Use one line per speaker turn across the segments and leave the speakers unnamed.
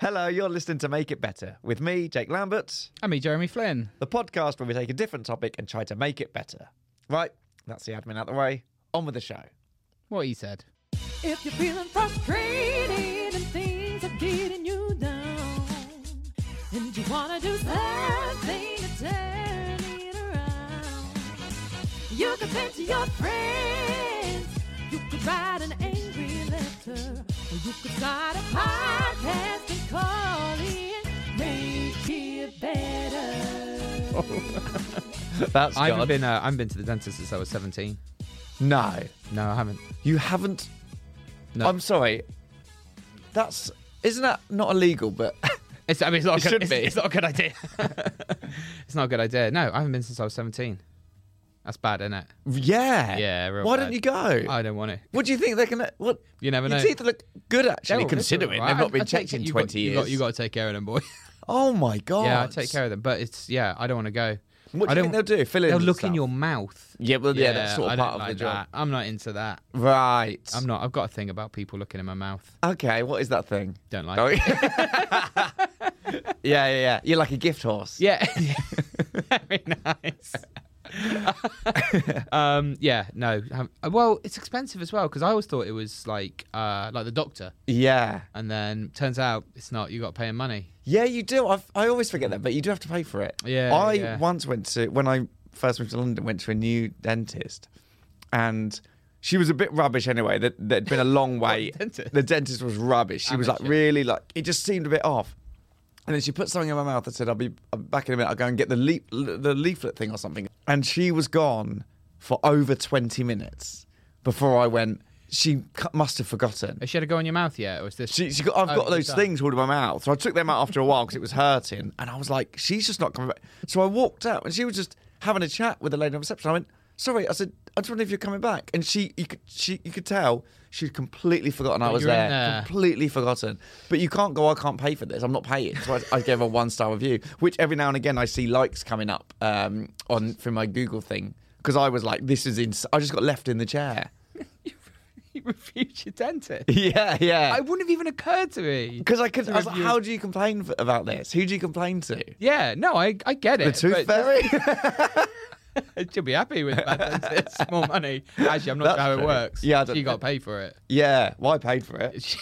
Hello, you're listening to Make It Better with me, Jake Lambert,
And me, Jeremy Flynn.
the podcast where we take a different topic and try to make it better. Right, that's the admin out the way. On with the show.
What he said.
If you're feeling frustrated and things are getting you down, and you wanna do something to turn it around, you can vent to your friends. You could write an angry letter, or you could start a podcast and call it Make It Better.
That's
I haven't
God.
been. Uh, I haven't been to the dentist since I was seventeen.
No,
No, I haven't.
you haven't.
No.
I'm sorry. That's isn't that not illegal? But
It's, I mean, it's not.
It
a
should
good, it's,
be.
it's not a good idea. it's not a good idea. No, I haven't been since I was seventeen. That's bad, isn't it?
yeah,
Yeah, real
Why
bad.
don't you go?
I don't want it.
what do you think they're gonna? What
You never
your
know.
teeth look good actually,
They're all-
considering
they're all
they've
right.
not been
I- I take
checked in
it- you've
twenty
got,
years.
You got, you got to take care of them, boy.
oh my god!
yeah, I take care of them, but it's yeah, I don't want to go.
What do
I
you
don't,
think they'll do? Fill in
They'll
and
look
stuff?
in your mouth.
Yeah, well, yeah, that's sort of
I don't
part of the
like
job.
that. I'm not into that.
Right.
I'm not. I've got a thing about people looking in my mouth.
Okay, what is that thing?
Don't like.
Oh,
it.
yeah, yeah, yeah. You're like a gift horse.
Yeah. Very nice. um, yeah, no. haven't- Well, it's expensive as well because I always thought it was like uh, like the doctor,
Yeah.
and then turns out it's not. You got to pay him money.
Yeah, you do. I've, I always forget that, but you do have to pay for it.
Yeah,
I
yeah.
once went to, when I first moved to London, went to a new dentist and she was a bit rubbish anyway. That There'd been a long way.
dentist?
The dentist was rubbish. She was like,
Amateur.
really, like, it just seemed a bit off. And then she put something in my mouth and said, I'll be I'm back in a minute. I'll go and get the, leaf, the leaflet thing or something. And she was gone for over 20 minutes before I went. She cu- must have forgotten.
Has she had a go in your mouth yet, or is this?
She, she got, I've
Oh,
got
she's
those
done.
things all in my mouth. So I took them out after a while because it was hurting. And I was like, she's just not coming back. So I walked out and she was just having a chat with the lady on reception. I went, sorry. I said, I just wonder if you're coming back. And she, you could, she, you could tell she'd completely forgotten I
But
was
you were
there.
in there.
Completely forgotten. But you can't go, I can't pay for this. I'm not paying. So I, I gave her one star review, which every now and again I see likes coming up um, on through my Google thing. Because I was like, this is ins I just got left in the chair.
you refused your dentist.
yeah, yeah.
It wouldn't have even occurred to me.
Because I could. I was like,
review-
how do you complain f about this? Who do you complain to?
Yeah, no, I, I get it.
The tooth fairy.
She'll be happy with that dentist. More money. Actually, I'm not
That's
sure how
true.
it works.
Yeah, I don't-
you got to pay for it.
yeah. Well, I paid for it.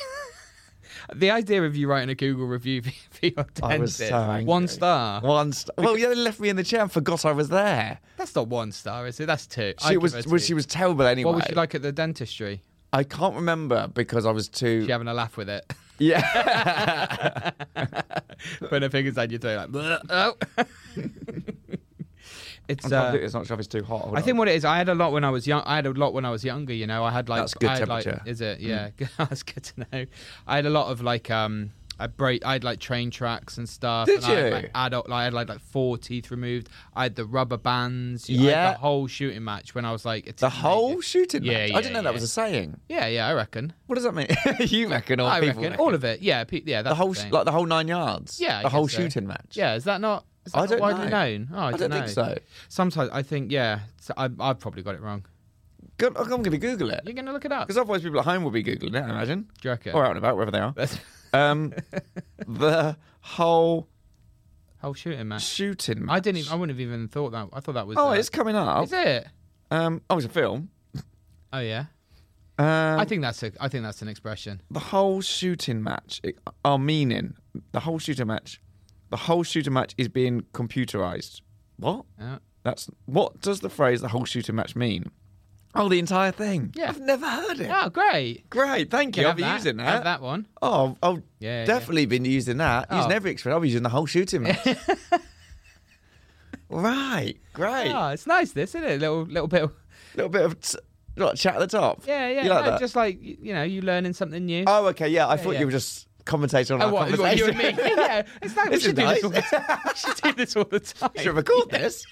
the idea of you writing a Google review for for your dentist,
I was so angry.
one star.
One. St- well, yeah, they left me in the chair and forgot I was there.
That's not one star, is it? That's two. I'd
She
give
was.
her
Well,
two.
she was terrible anyway.
What was she like at the dentistry?
I can't remember because I was too.
You having a laugh with it?
Yeah.
Putting her fingers down your throat, like, "Bleh, oh. it's.
I'm trying to do it.
Uh,
it's not sure if it's too hot. Hold
I think
on.
what it is, I had a lot when I was young. I had a lot when I was younger. You know, I had like
That's good
I had, like-
temperature. Mm.
is it? Yeah, that's good to know. I had a lot of like um, I break. I had like train tracks and stuff.
Did
and I had,
you?
like, adult. Like, I had like like four teeth removed. I had the rubber bands. You know, I
Yeah.
had the whole shooting match when I was like a
the
teenager.
whole shooting.
Yeah,
match. I
yeah,
didn't know that
yeah.
was a saying.
Yeah, yeah, I reckon.
What does that mean? you reckon? Or
I
people
reckon. all of it. Yeah, pe- yeah. That's
The whole,
thing.
like the whole nine yards.
Yeah, I
the whole
guess so.
shooting match.
Yeah, is that not? Is that
I
not
don't
widely
know.
known. Oh, I,
don't think
know.
so.
Sometimes I think, yeah, so I, I've probably got it wrong.
Go- I'm going to Google it
You're gonna look it up.
because otherwise people at home will be googling it. I imagine.
Do you reckon?
Or out and about, wherever they are.
That's-
Um, the whole
whole shooting match.
shooting. Match.
I didn't. Even, I wouldn't have even thought that. I thought that was.
oh,
uh,
it's coming up.
Is it?
Um, oh, it's a film.
Oh yeah.
Um,
I think that's a. I think that's an expression.
the whole shooting match. It, our meaning. The whole shooting match. The whole shooting match is being computerized. What?
Uh,
That's what does the phrase "the whole shooting match" mean? Oh, the entire thing.
Yeah.
I've never heard it.
oh, great.
Great, thank you.
Can
I'll be
have
using that.
Have that one.
Oh, I've I've
Yeah, yeah.
definitely been using that. Using
Oh.
every expression. I'll be using the whole shooting match. right, great.
Oh, it's nice. This isn't it? Little little bit. Of,
little bit of t- what, chat at the top.
yeah, yeah.
You like
no,
that?
Just like y- you know, you learning something new.
Oh, okay. Yeah, I thought
yeah.
you were just commentating on
Oh,
our
what, what, you
conversation.
and me? yeah, it's like we
This is
should, do
nice.
this all the time. we should do this all the time.
Should record this.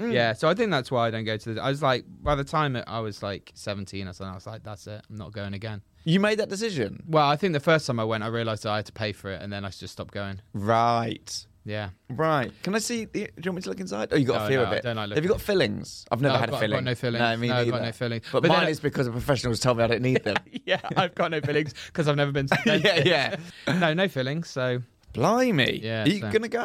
Yeah, so I think that's why I don't go to the. I was like, by the time I was like 17 or something, I was like, that's it, I'm not going again.
You made that decision,
Well, I think the first time I went, I realised that I had to pay for it, and then I just stopped going.
right?
Yeah.
Right. Can I see? The, do you want me to look inside? Oh, you got
No,
a fear
no,
of
I
it.
don't like
Have you
looking.
got fillings? I've never
No, I've
had
got-
a
I've
filling.
got no fillings.
No, me
No, I've
neither.
got no fillings.
But,
But then
mine
I-
is because the professionals tell me I don't need them.
Yeah, I've got no fillings because I've never been.
yeah, yeah.
No, no fillings. So
Blimey.
Yeah,
Are you
so-
gonna go?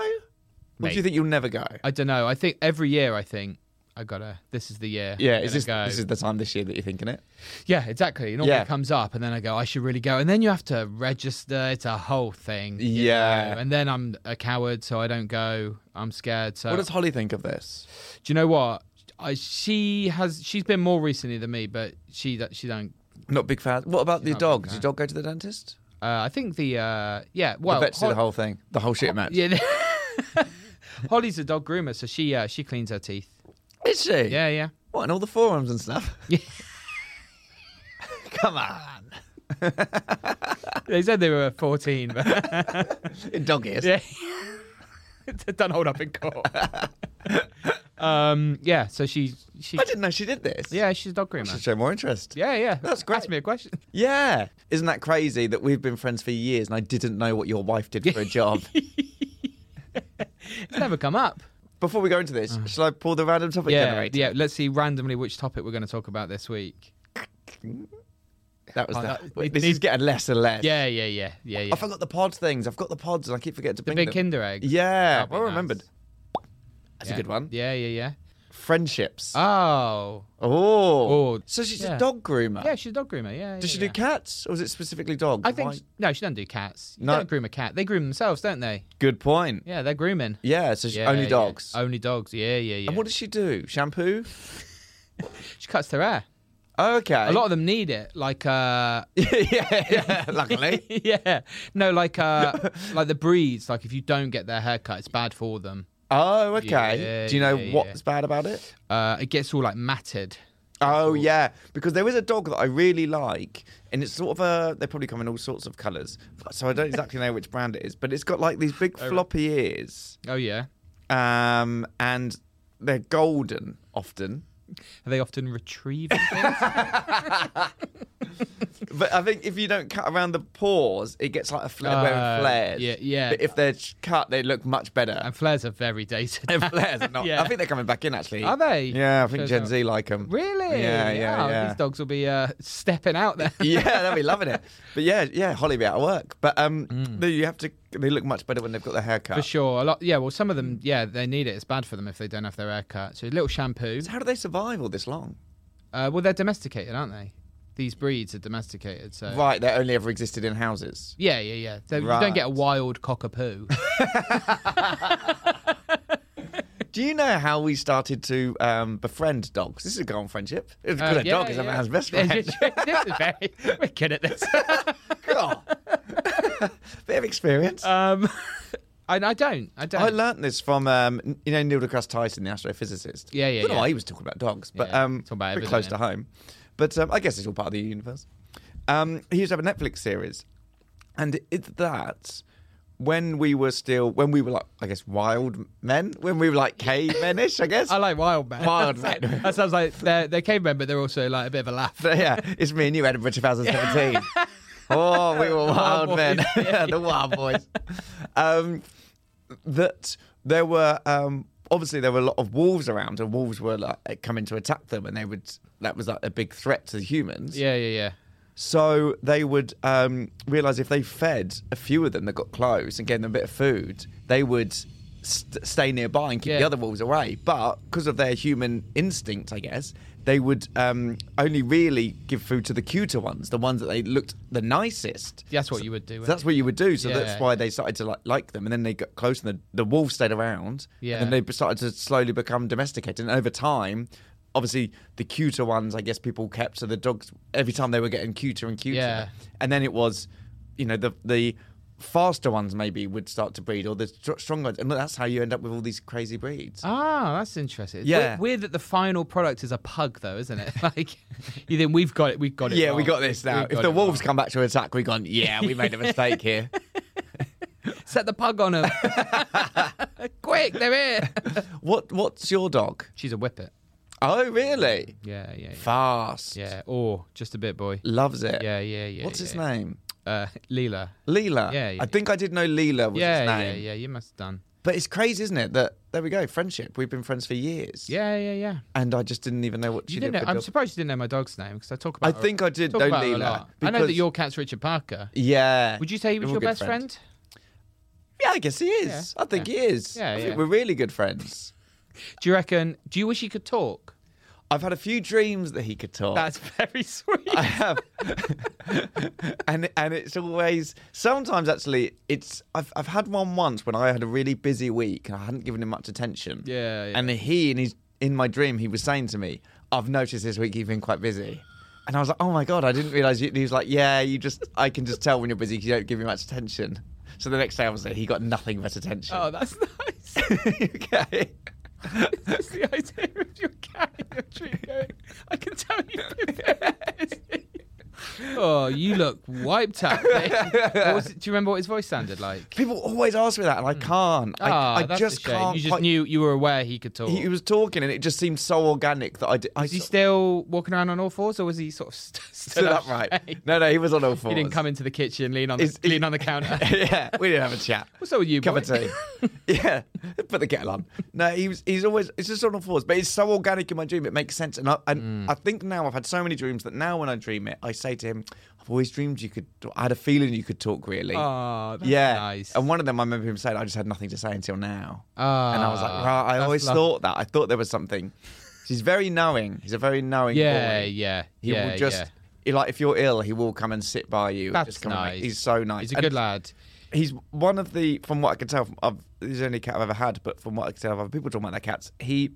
Or do you
Mate.
think you'll never go?
I don't know. I think every year I think I gotta. This is the year.
yeah.
I'm
Is
gonna
this
go.
this is the time this year that you're thinking it?
yeah, exactly. It normally
Yeah.
comes up, and then I go. I should really go, and then you have to register. It's a whole thing. you
Yeah.
know, And then I'm a coward, so I don't go. I'm scared. So
What does Holly think of this?
do you know what? I, she has. She's been more recently than me, but she that she don't.
Not big fan. What about the
not a big
dog? Does
fan.
your dog go to the dentist?
Uh, I think the uh, yeah. Well,
the vets do
Hol-
the whole thing. The whole shit match.
yeah. Holly's a dog groomer, so she uh, she cleans her teeth.
Is she?
Yeah, yeah.
What and all the forearms and stuff?
Yeah.
Come on.
They said they were 14, but
In dog ears.
yeah. Don't hold up in court. um, yeah, so she, she
I didn't know she did this.
yeah, she's a dog groomer.
Should show more interest.
yeah, yeah.
That's great.
Ask me a question.
Yeah. Isn't that crazy that we've been friends for years and I didn't know what your wife did for a job?
It's never come up.
Before we go into this, shall I pull the random topic
Uh-huh. yeah,
generator?
yeah. Let's see randomly which topic we're going to talk about this week.
That was
Oh,
that.
that-
Wait,
they-
this is getting less and less.
Yeah, yeah, yeah, yeah, yeah.
I forgot the pod things. I've got the pods and I keep forgetting to
the
bring
big
them.
Kinder egg.
Yeah,
That'd be
well
nice.
remembered. That's
Yeah.
a good one.
Yeah, yeah,
Friendships.
yeah. Oh,
oh.
Oh,
So she's
yeah.
a dog groomer.
yeah, she's a dog groomer. Yeah.
Does
yeah,
she
yeah.
do cats or is it specifically dogs?
I think
Why-
she- no, she doesn't do cats. You
No.
don't groom a cat. They groom themselves, don't they?
Good point.
Yeah, they're grooming.
Yeah, so she,
Yeah,
only
yeah.
dogs.
Only dogs. Yeah, yeah, yeah.
And what does she do? Shampoo?
she cuts their hair.
Okay.
A lot of them need it. Like, uh,
yeah, yeah, luckily.
yeah, no, like, uh, like the breeds. Like, if you don't get their hair cut, it's bad for them.
Oh, okay.
Yeah,
Do you know
yeah,
what's bad about it?
Uh, it gets all like matted.
Oh, yeah. Because there is a dog that I really like, and it's sort of a. They probably come in all sorts of colours, but- so I don't exactly know which brand it is, but it's got like these big floppy ears,
Oh yeah.
um, and they're golden often.
Are they often retrieving things?
But I think if you don't cut around the paws, it gets like a flare where
Uh,
it flares.
yeah, yeah.
But if they're ch- cut, they look much better.
and flares are very dated.
And flares are not.
Yeah.
I think they're coming back in actually.
Are they?
Yeah, I think
Shows
Gen
up.
Z like them.
Really?
Yeah, yeah,
Oh,
yeah.
These dogs will be uh, stepping out there.
yeah, they'll be loving it. But yeah, yeah, Holly be out of work. But um, they, you have to. They look much better when they've got their hair cut.
Mm. For sure, a lot. Yeah, well, some of
Mm.
them, yeah, they need it. It's bad for them if they don't have their hair cut. So a little shampoo.
So how do they survive all this long?
Uh, well, they're domesticated, aren't they? These breeds are domesticated. So
Right, they only ever existed in houses.
Yeah, yeah, yeah. So You
Right.
don't get a wild cockapoo.
Do you know how we started to um, befriend dogs? This is a good old friendship. It's good
Uh,
a
yeah,
dog is a
yeah.
man's best friend.
this is very, we're good at this.
God. Bit of experience.
Um, and I don't. I don't.
I learnt this from um, you know Neil deGrasse Tyson, the astrophysicist.
Yeah, yeah,
I don't know
yeah.
why he was talking about dogs, but
Yeah,
um,
talking about
pretty
everything,
close to
yeah.
home. But um, I guess it's all part of the universe. Um, he used to have a Netflix series, and it's that when we were still when we were like I guess wild men when we were like cavemenish I guess.
I like wild man.
Wild
That-
man.
that sounds like they're, they're cavemen, but they're also like a bit of a laugh.
So, yeah, it's me and you, Edinburgh 2017. oh, we were wild
boys,
men,
yeah.
the wild boys. Um, that there were um, obviously there were a lot of wolves around, and wolves were like coming to attack them, and they would that was like a big threat to the humans.
Yeah, yeah, yeah.
So they would um, realize if they fed a few of them that got close and gave them a bit of food, they would st- stay nearby and keep the
Yeah.
other wolves away. But because of their human instinct, I guess they would um, only really give food to the cuter ones, the ones that they looked the nicest.
That's what you would do.
So
wouldn't
that's what you would do. So
Yeah.
that's why they started to like, like them, and then they got close, and the, the wolves stayed around.
Yeah.
And then they started to slowly become domesticated, and over time, obviously the cuter ones, I guess people kept. So the dogs, every time they were getting cuter and cuter.
Yeah.
And then it was, you know, the the faster ones maybe would start to breed, or the str- strong ones, and that's how you end up with all these crazy breeds.
Ah, that's interesting. It's
Yeah.
Weird, weird that the final product is a pug, though, isn't it? Like, you think we've got it. We've got it.
yeah, we
wrong.
got this now.
We've
If
got
the
it
wolves
wrong.
come back to attack, we've gone. Yeah, we made a mistake here.
set the pug on them. Quick, they're here.
What What's your dog?
She's a whippet.
Oh, really?
Yeah, yeah, yeah.
Fast.
yeah. Or just a bit, boy.
Loves it.
Yeah, yeah, yeah.
What's
yeah.
his name?
Uh, Leela.
Leela.
Yeah, yeah,
I think I did know Leela was
yeah,
his
yeah,
name.
yeah. You must have done.
But it's crazy, isn't it? That there we go, friendship. We've been friends for years.
Yeah, yeah, yeah.
And I just didn't even know what she
You didn't
did.
know,
for a
I'm
job.
surprised you didn't know my dog's name because I talk
I
about. her-
think I did.
talk
Don't
about her a
leave that.
lot. I know that
because-
your cat's Richard Parker.
Yeah.
Would you say he was
We're
your
good
best
friends.
friend?
Yeah, I guess he is.
Yeah,
I think
yeah.
he is.
Yeah,
I
yeah.
think we're really good friends.
Do you reckon? Do you wish he could talk?
I've had a few dreams that he could talk.
That's very sweet.
I have, and and it's always sometimes actually it's I've I've had one once when I had a really busy week and I hadn't given him much attention.
Yeah, yeah.
And he in his in my dream he was saying to me, "I've noticed this week you've been quite busy," and I was like, "Oh my god, I didn't realize." You, and he was like, "Yeah, you just I can just tell when you're busy 'cause you don't give me much attention." So the next day I was there, he got nothing but attention.
oh, that's nice.
okay.
That's the idea of your cat in your tree going, I can tell you've been very busy." Oh, you look wiped out. mate. What was it- do you remember what his voice sounded like?
People always ask me that, and I can't.
Ah,
I, I
that's
just
a shame.
can't.
You just
quite-
knew you were aware he could talk.
He, he was talking, and it just seemed so organic that I did. I
was he
sort of
still walking around on all fours, or was he sort of st- stood
stood
up
up right.
straight?
No, no, he was on all fours.
He didn't come into the kitchen, lean on the,
Is- is-
lean on the counter.
yeah, we didn't have a chat.
What's up with you,
Cup of
boy?
tea. yeah, put the kettle on. No, he was, he's always, it's just on all fours, but it's so organic in my dream, it makes sense. And I, and
Mm.
I think now I've had so many dreams that now when I dream it, I say to him, I've always dreamed you could, I had a feeling you could talk really.
Oh, that's
yeah.
nice.
And one of them I remember him saying, I just had nothing to say until now.
Ah,
and I was like, right, I
that's
always
lov-
thought that. I thought there was something. He's very knowing. He's a very knowing
yeah,
boy.
yeah,
He
yeah,
will just
yeah.
he- like if you're ill, he will come and sit by you. and
That's
just come and, like,
nice.
he's so nice.
He's a
And
good lad.
He's one of the, from what I can tell, from, I've, he's the only cat I've ever had. But from what I can tell, of other people talking about their cats, he.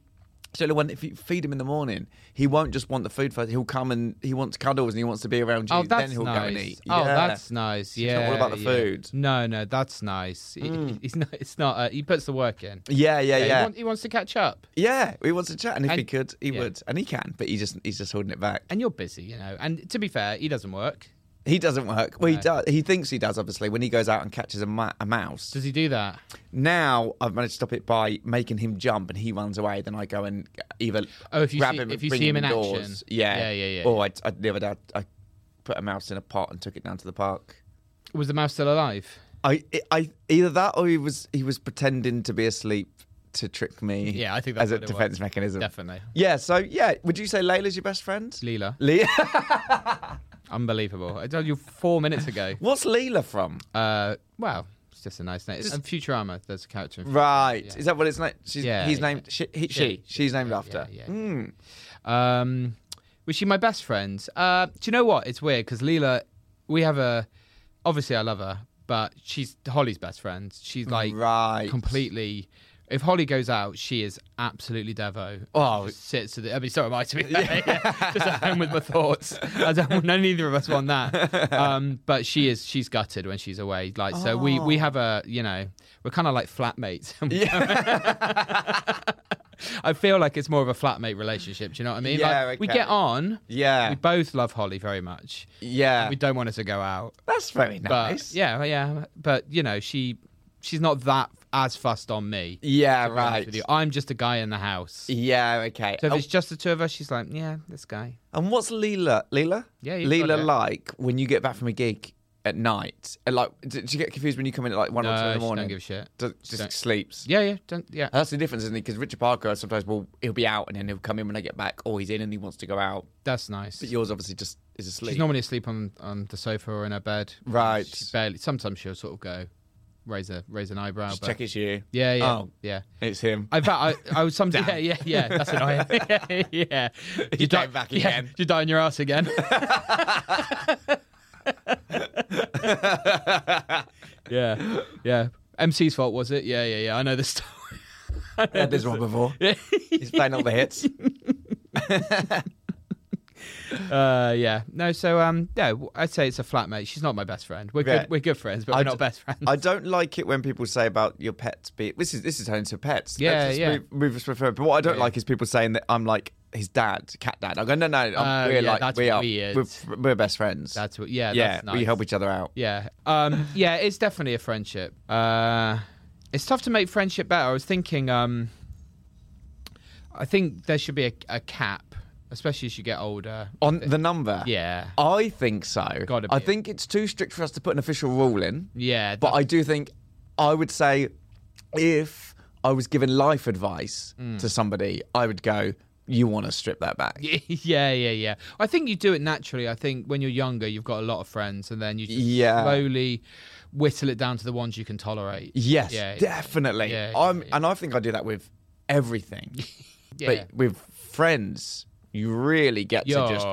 So when if you feed him in the morning, he won't just want the food first. He'll come and he wants cuddles and he wants to be around you.
Oh, that's
then he'll
nice.
go and eat.
Oh,
Yeah.
that's nice.
It's
Yeah,
not all about the
yeah.
food.
No, no, that's nice. He- He's not. It's not. Uh, he puts the work in.
Hmm. yeah, yeah,
He,
yeah.
want- he wants to catch up,
Yeah, he wants to chat, and if he
And-
could, he
yeah.
would, and he can, but he just he's just holding it back.
and you're busy, you know. And to be fair, he doesn't work.
He doesn't work. Well, he
No.
does. He thinks he does. Obviously, when he goes out and catches a, ma- a mouse.
Does he do that?
now I've managed to stop it by making him jump, and he runs away. Then I go and either
Oh, if you
grab
see-
him, and
if you
bring
see him in
indoors.
action.
Yeah,
Yeah, yeah, yeah,
Or I, I, the other day I I put a mouse in a pot and took it down to the park.
Was the mouse still alive?
I, I either that or he was he was pretending to be asleep to trick me.
Yeah, I think that's
as a
what it was.
defense mechanism.
Definitely.
Yeah. So yeah, would you say Layla's your best friend?
Leela,
Leela.
unbelievable. I told you four minutes ago.
What's Leela from?
Uh, well, it's just a nice name. It's and Futurama, there's a character. In
Right.
Yeah.
Is that what it's named? She's,
Yeah,
he's
yeah.
named. She, he, she,
She,
She's named
yeah,
after.
yeah, yeah.
Mm.
Hmm. Um, was she my best friend? Uh, do you know what? It's weird because Leela, we have a. Obviously, I love her, but she's Holly's best friend. She's like
right.
completely. If Holly goes out, she is absolutely devo.
Oh.
She just sits. To the, I mean, so am I. To be fair. just at home with my thoughts. I don't. No, neither of us want that. Um, but she is. She's gutted when she's away. Like so, we
Oh.
we have a. You know, we're kind of like flatmates. I feel like it's more of a flatmate relationship. Do you know what I mean?
Yeah,
like, we
okay.
get on.
Yeah.
We both love Holly very much.
Yeah.
We don't want her to go out,
That's very
but
nice.
yeah, well, yeah. But you know, she she's not that as fussed on me. to
Yeah.
be honest
Right.
with you. I'm just a guy in the house.
Yeah. Okay.
So if
Oh,
it's just the two of us, she's like, yeah, this guy.
and what's Leela? Leela.
Yeah, you've got
Leela
it.
like when you get back from a gig at night? And like, do, do you get confused when you come in at like one or two in
she
the morning?
don't give a shit.
Does-
She
just
don't-
sleeps.
Yeah, yeah, don't, yeah.
That's the difference, isn't it? Because Richard Parker sometimes will he'll be out and then he'll come in when I get back, or he's in and he wants to go out.
That's nice.
But yours obviously just is asleep.
She's normally asleep on, on the sofa or in her bed.
Right.
She barely. Sometimes she'll sort of go, raise a raise an eyebrow.
Just
but-
check it's you.
Yeah, yeah,
Oh.
yeah.
It's him.
In fact, I, I was sometimes. Yeah, yeah, yeah. That's annoying. yeah. You,
came back again.
you die on your ass again. yeah, yeah. MC's fault was it? Yeah, yeah, yeah. I know the story.
I had this one before. He's playing all the hits.
uh, yeah. No. So um, no. I'd say it's a flatmate. She's not my best friend. We're
Yeah.
good. We're good friends, but
I
we're
d-
not best friends.
I don't like it when people say about your pets. Be this is this is turning to pets.
Yeah,
Let's just
yeah.
Move, move us further. But what I don't
Yeah.
like is people saying that I'm like his dad, cat dad. I go, no, no, I'm,
Oh,
we're
yeah,
like
that's
we are
weird.
We're, fr- we're best friends.
that's what. Yeah.
yeah,
That's nice.
we help each other out.
Yeah. Um, yeah, it's definitely a friendship. Uh, it's tough to make friendship better. I was thinking, um, I think there should be a, a cap, especially as you get older.
On the number,
Yeah.
I think so.
Gotta
I
be.
think it's too strict for us to put an official rule in.
Yeah.
But
that-
I do think I would say if I was given life advice
Mm.
to somebody, I would go, "You want to strip that back."
yeah, yeah, yeah. I think you do it naturally. I think when you're younger, you've got a lot of friends, and then you just
Yeah.
slowly whittle it down to the ones you can tolerate.
Yes,
Yeah, yeah.
definitely.
Yeah, yeah,
I'm,
yeah.
and I think I do that with everything.
Yeah.
But with friends, you really get
You're-
to just.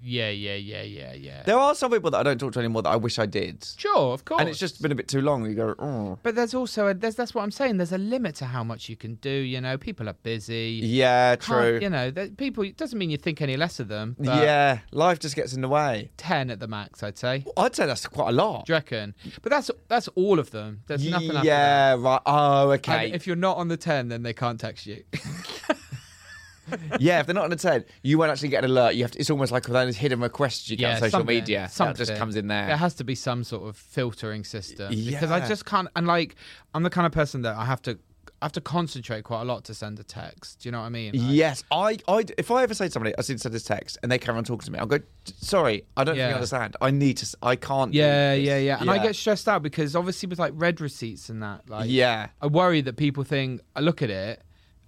yeah, yeah, yeah, yeah, yeah.
There are some people that I don't talk to anymore that I wish I did,
Sure, of course.
and it's just been a bit too long. You go, oh.
But there's also a, there's that's what I'm saying. There's a limit to how much you can do. You know, people are busy.
yeah,
Can't-
true.
You know, that people it doesn't mean you think any less of them. But
yeah, life just gets in the way.
ten at the max, I'd say.
I'd say that's quite a lot.
Do you reckon? But that's that's all of them. There's nothing after that.
yeah, right. Oh,
And
okay.
if you're not on the ten, then they can't text you.
yeah, if they're not on the ten, you won't actually get an alert. You have to, it's almost like those hidden requests you get on social
something-
media. That just
something.
comes in there.
There has to be some sort of filtering system because
yeah.
I just can't. And like, I'm the kind of person that I have to I have to concentrate quite a lot to send a text. Do you know what I mean? Like,
Yes, I, I, if I ever say to somebody, I did send this text, and they carry on talking to me, I'll go, sorry, I don't think
Yeah.
you understand. I need to, s- I can't. do
Yeah,
this."
yeah, yeah. And I get stressed out because obviously with like red receipts and that, like
yeah,
I worry that people think I look at it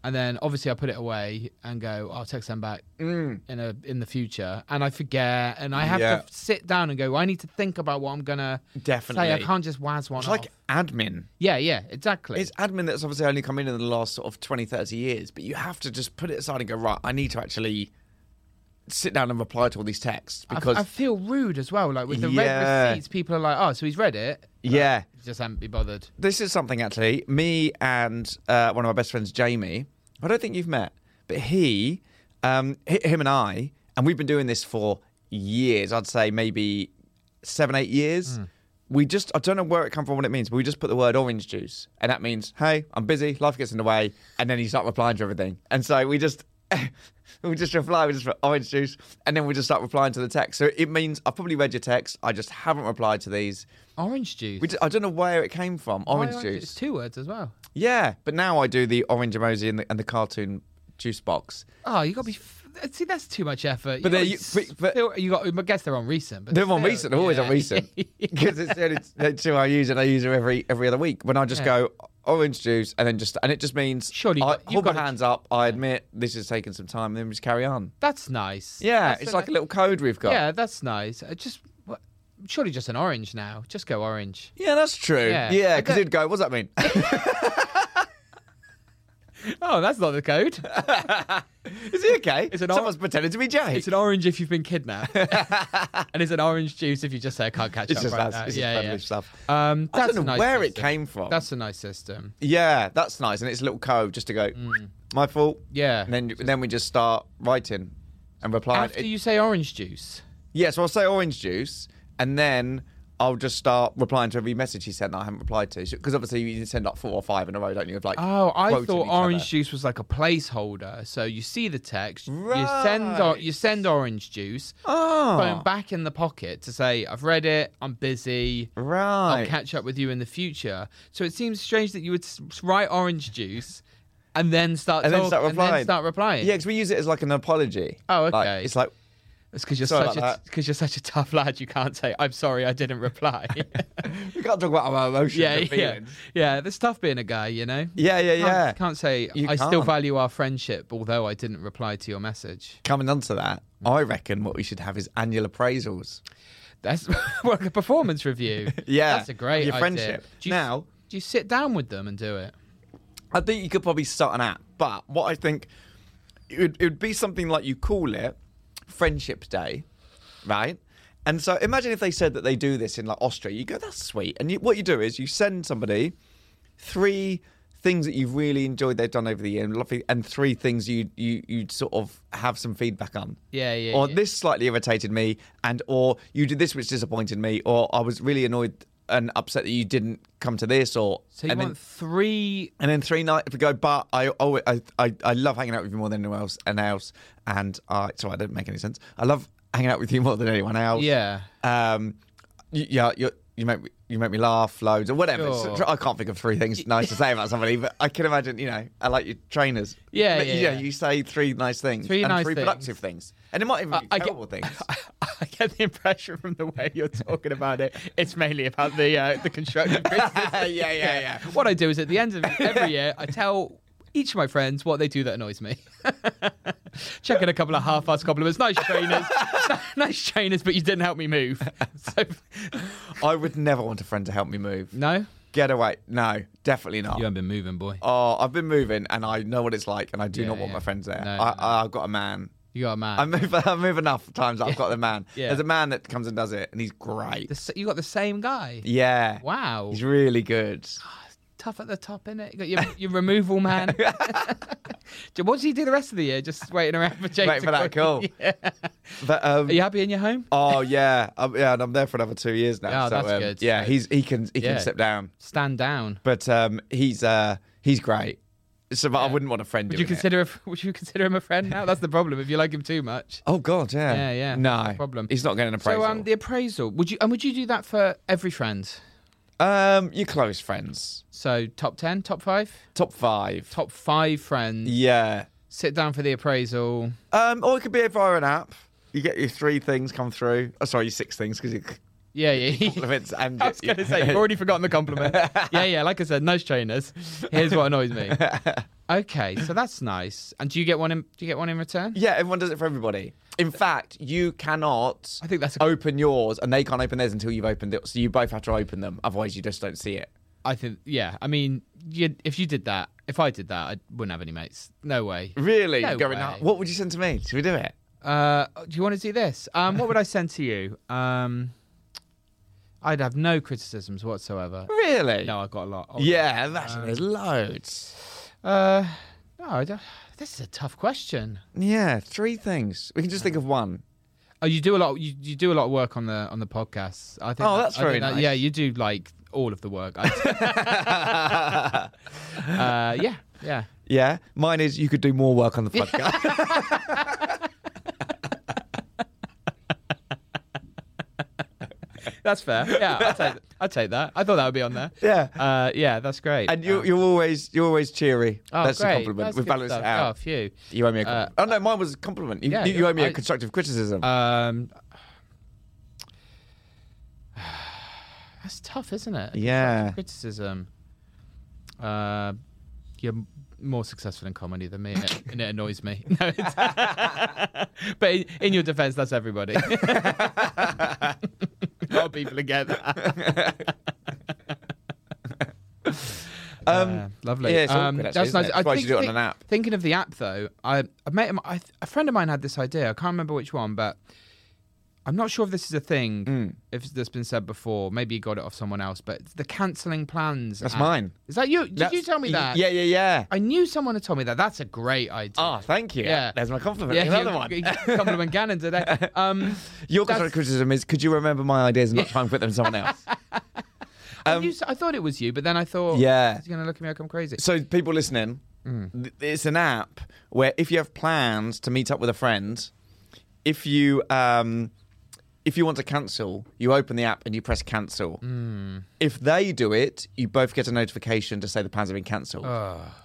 and then obviously I put it away and go, I'll text them back in a in the future and I forget and I have
Mm. Yeah.
to sit down and go, I need to think about what I'm gonna say. I
Definitely.
can't just waz one
it's
off.
like admin.
yeah, yeah, exactly.
It's admin that's obviously only come in in the last sort of 20, 30 years, but you have to just put it aside and go, right, I need to actually sit down and reply to all these texts
I f-
because,
I, feel rude as well. Like with the
Yeah.
red receipts, people are like, "Oh, so he's read it."
yeah.
Just haven't be bothered.
This is something actually. Me and uh, one of my best friends, Jamie. I don't think you've met, but he, um, hi- him and I, and we've been doing this for years. I'd say maybe seven, eight years. We just, I don't know where it come from, what it means, but we just put the word orange juice. And that means, hey, I'm busy, life gets in the way. And then you start replying to everything. And so we just, we just reply, we just put orange juice. And then we just start replying to the text. So it means I've probably read your text, I just haven't replied to these.
Orange juice.
We just, I don't know where it came from,
Why
orange
It's
juice.
two words as well.
Yeah, but now I do the orange emoji and the, and the cartoon juice box.
Oh, you got to be. F- see, that's too much effort.
But
you
they're-
gotta be
you- but- but-
still- you got. I guess they're on recent. But
They're on
still,
recent, they're always on
yeah.
recent because it's the only t- the two I use, and I use them every every other week. When I just
Yeah.
go orange juice, and then just and it just means
Surely you've
I
got- you've
hold my
got to-
hands up. I admit this has taken some time, and then we just carry on.
that's nice.
Yeah,
That's
it's like a little code we've got.
Yeah, that's nice. I just what, surely just an orange now. Just go orange.
Yeah, that's true.
Yeah.
Yeah,
I
because
don't-
he'd go, "What's that mean?"
Oh, that's not the code.
Is he okay?
It's an
Someone's pretending to be Jay.
it's an orange if you've been kidnapped, and it's an orange juice if you just say I can't catch
It's
up
just
right
us.
now.
It's just
yeah, yeah.
privileged stuff.
Um,
I
that's
don't
a
know
nice
where it
system.
came from.
That's a nice system.
Yeah, that's nice, and it's a little code just to go. My fault.
Yeah.
And then uh, and then we just start writing and replying.
After you say orange juice,
yeah, so I'll say orange juice, and then I'll just start replying to every message he sent that I haven't replied to. Because obviously you send like four or five in a row, don't you? Of like
oh, I
quoting
thought
each
orange
other.
juice was like a placeholder. So you see the text, you send or,
Right.
you send orange juice, phone
Oh,
back in the pocket to say I've read it, I'm busy, I'll
right.
catch up with you in the future. So it seems strange that you would s- write orange juice and then start
And then
talk-
start
And
replying.
then start replying.
Yeah, because we use it as like an apology.
Oh,
Like,
okay.
it's like
it's because you're
Sorry
such
about
a because you're such a tough lad. You can't say I'm sorry, I didn't reply.
we can't talk about our emotions.
yeah,
and
yeah,
feelings.
yeah. There's tough being a guy, you know.
yeah, yeah,
Can't-
yeah.
Can't, say
You
I still
can't.
value our friendship, although I didn't reply to your message.
Coming on to that, I reckon what we should have is annual appraisals.
That's like a performance review.
Yeah,
that's a great
your
idea.
friendship.
Do you,
Now-
do you sit down with them and do it?
I think you could probably start an app, but what I think it would, it would be something like you call it Friendship Day, right? And so imagine if they said that they do this in like Austria. You go, that's sweet. And you, what you do is you send somebody three things that you've really enjoyed they've done over the year, and lovely- and three things you you you'd sort of have some feedback on.
Yeah, yeah,
Or
yeah.
this slightly irritated me, and or you did this which disappointed me, or I was really annoyed and upset that you didn't come to this, or
So you
and then-
want three?
and then three nights, if we go, but I, always, I, I, I love hanging out with you more than anyone else. And else, and I, sorry, I didn't make any sense. I love hanging out with you more than anyone else.
Yeah.
Um. y- Yeah. You're, you make me- you make me laugh loads or whatever. It's-
Sure.
I can't think of three things nice to say about somebody, but I can imagine. You know, I like your trainers.
Yeah,
But,
yeah,
you
yeah.
You say three nice things,
Three
and
nice
three
things.
productive things, and it might even be
I- I get-
terrible things.
I get the impression from the way you're talking about it, it's mainly about the uh, the constructive criticism.
yeah, yeah, yeah.
What I do is at the end of every year, I tell each of my friends what they do that annoys me. Check in a couple of half-assed compliments. Nice trainers, nice trainers, but you didn't help me move. So,
I would never want a friend to help me move.
no,
Get away. No, definitely not.
you haven't been moving, boy.
Oh, I've been moving and I know what it's like, and I do
Yeah,
not want
yeah.
my friends there.
No,
I,
no, no.
I've got a man.
You got a man.
I move, I move enough times that I've got the man.
Yeah.
There's a man that comes and does it, and he's great.
The s- you got the same guy.
Yeah.
Wow.
He's really good.
Tough at the top, innit? You got your, your removal man. what does he do the rest of the year? Just waiting around for Jake
Waiting
to
for that
call-
call.
Yeah.
But um,
Are you happy in your home?
oh yeah, um, yeah, and I'm there for another two years now.
Oh,
so,
that's
um,
good.
Yeah,
So-
he's he can he
Yeah.
can step down,
Stand down.
but um, he's uh he's great. So, but I wouldn't want a friend.
Would
doing
you
it.
consider a, would you consider him a friend now? That's the problem. If you like him too much.
Oh God, yeah,
Yeah, yeah, that's
No
the problem.
He's not getting an appraisal.
So um, the appraisal. Would you and would you do that for every friend?
um, your close friends,
So top ten, top five,
top five.
top five friends.
Yeah.
Sit down for the appraisal.
Um, or it could be via an app. You get your three things come through. Oh, sorry, your six things because you
Yeah, yeah.
compliments and
I was going to say, you've already forgotten the compliment. yeah, yeah. Like I said, nice trainers. Here's what annoys me. Okay, so that's nice. And do you get one in? Do you get one in return?
Yeah, everyone does it for everybody. In fact, you cannot
I think that's. A,
open yours and they can't open theirs until you've opened it. So you both have to open them. Otherwise, you just don't see it.
I think. Yeah. I mean, you, if you did that, if I did that, I wouldn't have any mates. No way.
Really?
No
Going
way.
up. What would you send to me? Should we do it?
Uh, do you want to do this? Um, what would I send to you? Um, I'd have no criticisms whatsoever.
Really?
No, I got a lot. Hold on.
Yeah, imagine there's loads.
Uh, no, I don't- this is a tough question.
Yeah, three things. We can just think of one.
Oh, you do a lot. You, you do a lot of work on the on the podcast. I think.
Oh,
that-
that's
I think
very
that-
nice.
yeah, you do like all of the work. I, uh, yeah, yeah.
Yeah, mine is you could do more work on the podcast.
That's fair. Yeah, I'll take, I'll take that. I thought that would be on there.
yeah.
Uh, yeah, that's great.
And you,
Um,
you're always you're always cheery.
oh,
That's
great.
a compliment.
That's
We've
good
balanced
stuff.
it out.
Oh, phew.
You owe me a compliment. oh no, mine was a compliment. You,
yeah,
you, you owe me a
I-
constructive criticism.
Um, that's tough, isn't it?
yeah.
Criticism. Uh, you're m- more successful in comedy than me, and it, and it annoys me. No, it's- but in, in your defense, that's everybody. A lot of people get that.
Um,
Yeah, lovely.
yeah, it's awkward, actually, isn't it? That's why you should do it on an app.
Thinking of the app, though, I, I met him, I, th- a friend of mine had this idea. I can't remember which one, but I'm not sure if this is a thing.
Mm.
If that's been said before, maybe you got it off someone else. But it's the cancelling plans.
That's
app.
mine.
Is that you? Did you
That's-
tell me
y-
that?
Yeah, yeah, yeah.
I knew someone had told me that. That's a great idea.
Ah, thank you.
Yeah.
There's my compliment. Another one.
you- Compliment Gannon today. Um,
Your
That's-
constructive criticism is could you remember my ideas and not try and put them to someone else?
I
Um,
knew s- I thought it was you, but then I thought,
Yeah.
he's gonna look at me like I'm crazy.
so people listening,
Hmm.
th- it's an app where if you have plans to meet up with a friend, if you um, if you want to cancel, you open the app and you press cancel.
Hmm.
If they do it, you both get a notification to say the plans have been cancelled.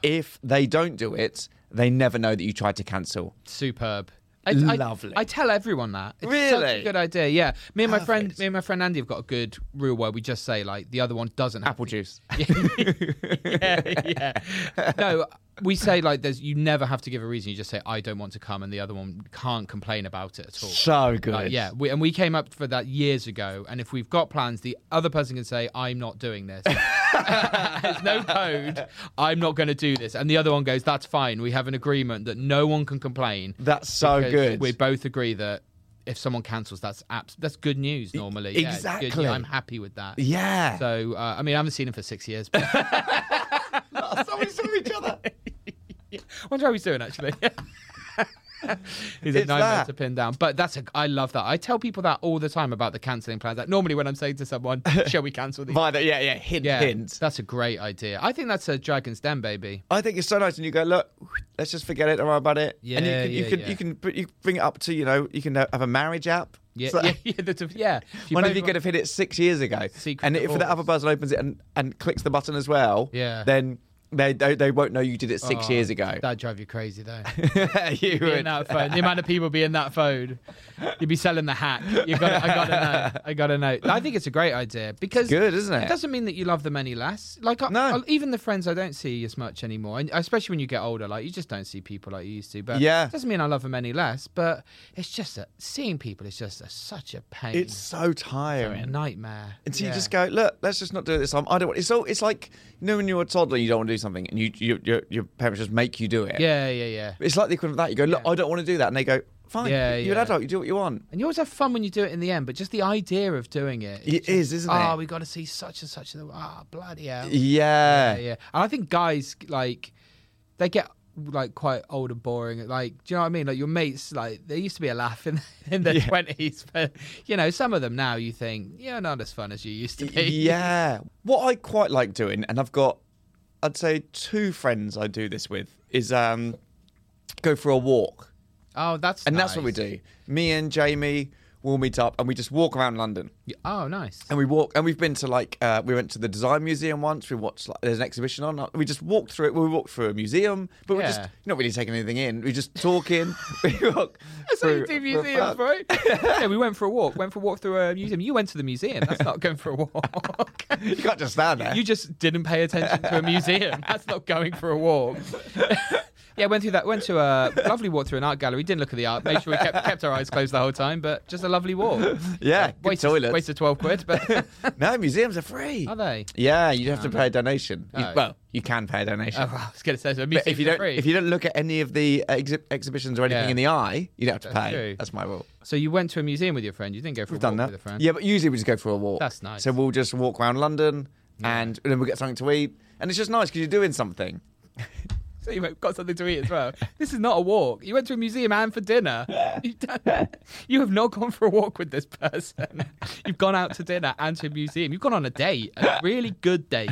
If they don't do it, they never know that you tried to cancel.
Superb. I,
Lovely.
I, I tell everyone that. It's Such a
Really?
good idea. Yeah. Me and my friend,
Perfect.
me and my friend Andy have got a good rule where we just say like the other one doesn't. Have
Apple juice.
yeah, yeah. No, we say like there's you never have to give a reason. You just say I don't want to come, and the other one can't complain about it at all.
So good.
Like, yeah, we, and we came up for that years ago. And if we've got plans, the other person can say, "I'm not doing this." There's no code. I'm not going to do this. And the other one goes, "That's fine. We have an agreement that no one can complain."
That's so
because
Oh, good.
We both agree that if someone cancels, that's abs- that's good news normally. Yeah, it's good news.
E, exactly.
I'm happy with that.
yeah.
So uh, I mean, I haven't seen him for six years. But I
so we saw each other.
wonder how he's doing actually. He's a
It's
nightmare
that.
to pin down, but that's a. I love that. I tell people that all the time about the cancelling plans. Like normally, when I'm saying to someone, "Shall we cancel these?"
By the, yeah, yeah, hint,
Yeah,
hint.
that's a great idea. I think that's a Dragon's Den, baby.
I think it's so nice, and you go, look, let's just forget it, don't worry about it. and you
Yeah,
can, you
yeah,
can,
yeah.
you can, put- you can bring it up to, you know, you can have a marriage app.
Yeah,
So-
yeah, yeah. that's a- yeah. If
One
pay
of you
for-
could have hit it six years ago.
Secret
and if the
divorce.
other person opens it and, and clicks the button as well,
Yeah.
then they, they they won't know you did it six
Oh,
years ago.
That'd drive you crazy though.
you
Being
would.
that phone, the amount of people being that phone, you'd be selling the hack. You got, I gotta know. I gotta know. I think it's a great idea because
Good, isn't
It
it?
doesn't mean that you love them any less. Like, I,
No.
I- even the friends I don't see as much anymore, and especially when you get older, like you just don't see people like you used to. But
Yeah.
it doesn't mean I love them any less. But it's just that seeing people is just a, such a pain.
It's so tiring.
a nightmare.
And so you
Yeah.
just go, look, let's just not do it this time. I don't. Want, it's all. It's like you know when you're a toddler, you don't want to do something, and you, you your, your parents just make you do it.
Yeah, yeah, yeah.
It's like the equivalent of that. You go, look,
Yeah.
I don't want to do that, and they go, fine.
Yeah,
you're
yeah.
an adult. You do what you want.
And you always have fun when you do it in the end, but just the idea of doing it. is
It
just,
is, isn't
oh,
it?
we got to see such and such. of the- Ah, bloody hell.
Yeah.
yeah, yeah. And I think guys like they get like quite old and boring. Like, do you know what I mean? Like your mates, like there used to be a laugh in in their
Yeah.
twenties, but you know, some of them now you think you're not as fun as you used to be.
yeah. What I quite like doing, and I've got, I'd say two friends I do this with, is um, go for a walk,
Oh, that's
and that's what we
nice.
do. Me and Jamie will meet up, and we just walk around London.
Yeah. Oh, nice.
and we walk and we've been to like uh, we went to the design museum once we watched like there's an exhibition on uh, we just walked through it we walked through a museum but we're just
Yeah.
you're not really taking anything in we're just talking we walk
That's how you
through-
do museums,
through-
right? yeah, we went for a walk. Went for a walk through a museum. You went to the museum. That's not going for a walk.
you can't just stand there
You just didn't pay attention to a museum. That's not going for a walk. yeah, went through that. Went to a lovely walk through an art gallery. Didn't look at the art. Made sure we kept, kept our eyes closed the whole time. But just a lovely walk.
yeah good
Wasted,
toilets
wasted twelve quid. But
no museums are free
are they?
yeah you have to pay a donation You-
Um, Oh.
well you can pay a donation
Oh, I was going to say so. a
but
museum
if you
for
don't
free.
if you don't look at any of the exhi- exhibitions or anything
Yeah.
in the eye you don't have to
That's
pay
true.
that's my rule
so you went to a museum with your friend. You didn't go for
We've
a walk
done that.
with a friend.
Yeah, but usually we just go for a walk.
That's nice.
So we'll just walk around London and then we'll get something to eat. And it's just nice because you're doing something.
So you got something to eat as well. This is not a walk. You went to a museum and for dinner. You've done- You have not gone for a walk with this person. You've gone out to dinner and to a museum. You've gone on a date, a really good date.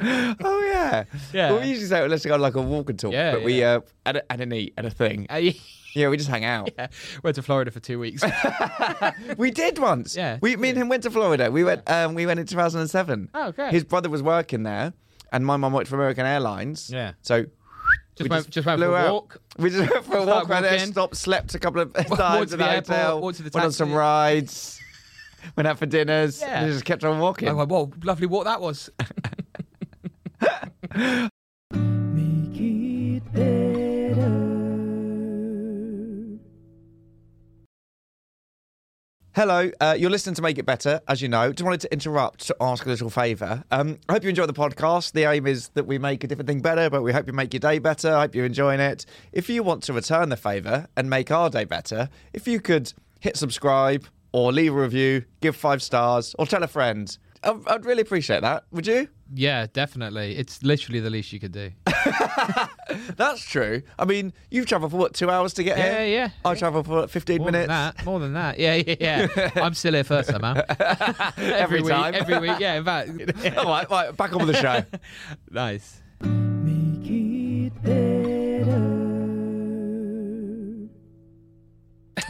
Oh, yeah.
Yeah.
Well, we usually say, let's go on like a walk and talk.
Yeah,
but we,
yeah.
uh, and, a, and an eat, and a thing.
I
Yeah, we just hang out.
Uh, went to Florida for two weeks. Oh,
We did once.
Yeah,
We, me and him went to Florida. We went, um, we went in 2007.
Oh, great.
His brother was working there and my mum worked for American Airlines.
Yeah.
So.
Just went- just went for
flew
a
out.
walk.
We just went for a walk
Started
around there,
walking.
stopped, slept a couple of
Walked
times
to
in the
the airport,
hotel,
walked to the
went on some
taxi.
rides, went out for dinners,
Yeah.
and just kept on walking.
I went, whoa, Oh, lovely walk that was.
Make it better.
Hello, uh, you're listening to Make It Better, as you know. Just wanted to interrupt to ask a little favour. Um, I hope you enjoy the podcast. The aim is that we make a different thing better, but we hope you make your day better. I hope you're enjoying it. If you want to return the favour and make our day better, if you could hit subscribe or leave a review, give five stars, or tell a friend, I- I'd really appreciate that. Would you?
Yeah, definitely. It's literally the least you could do.
That's true. I mean, you've travelled for what, two hours to get
Yeah,
here?
yeah.
I travelled for 15
More
minutes.
than that. More than that. Yeah, yeah, yeah. I'm still here first time, man. every week,
time.
Every week. Yeah, in fact.
All right, right, back on with the show.
nice.
Make it better.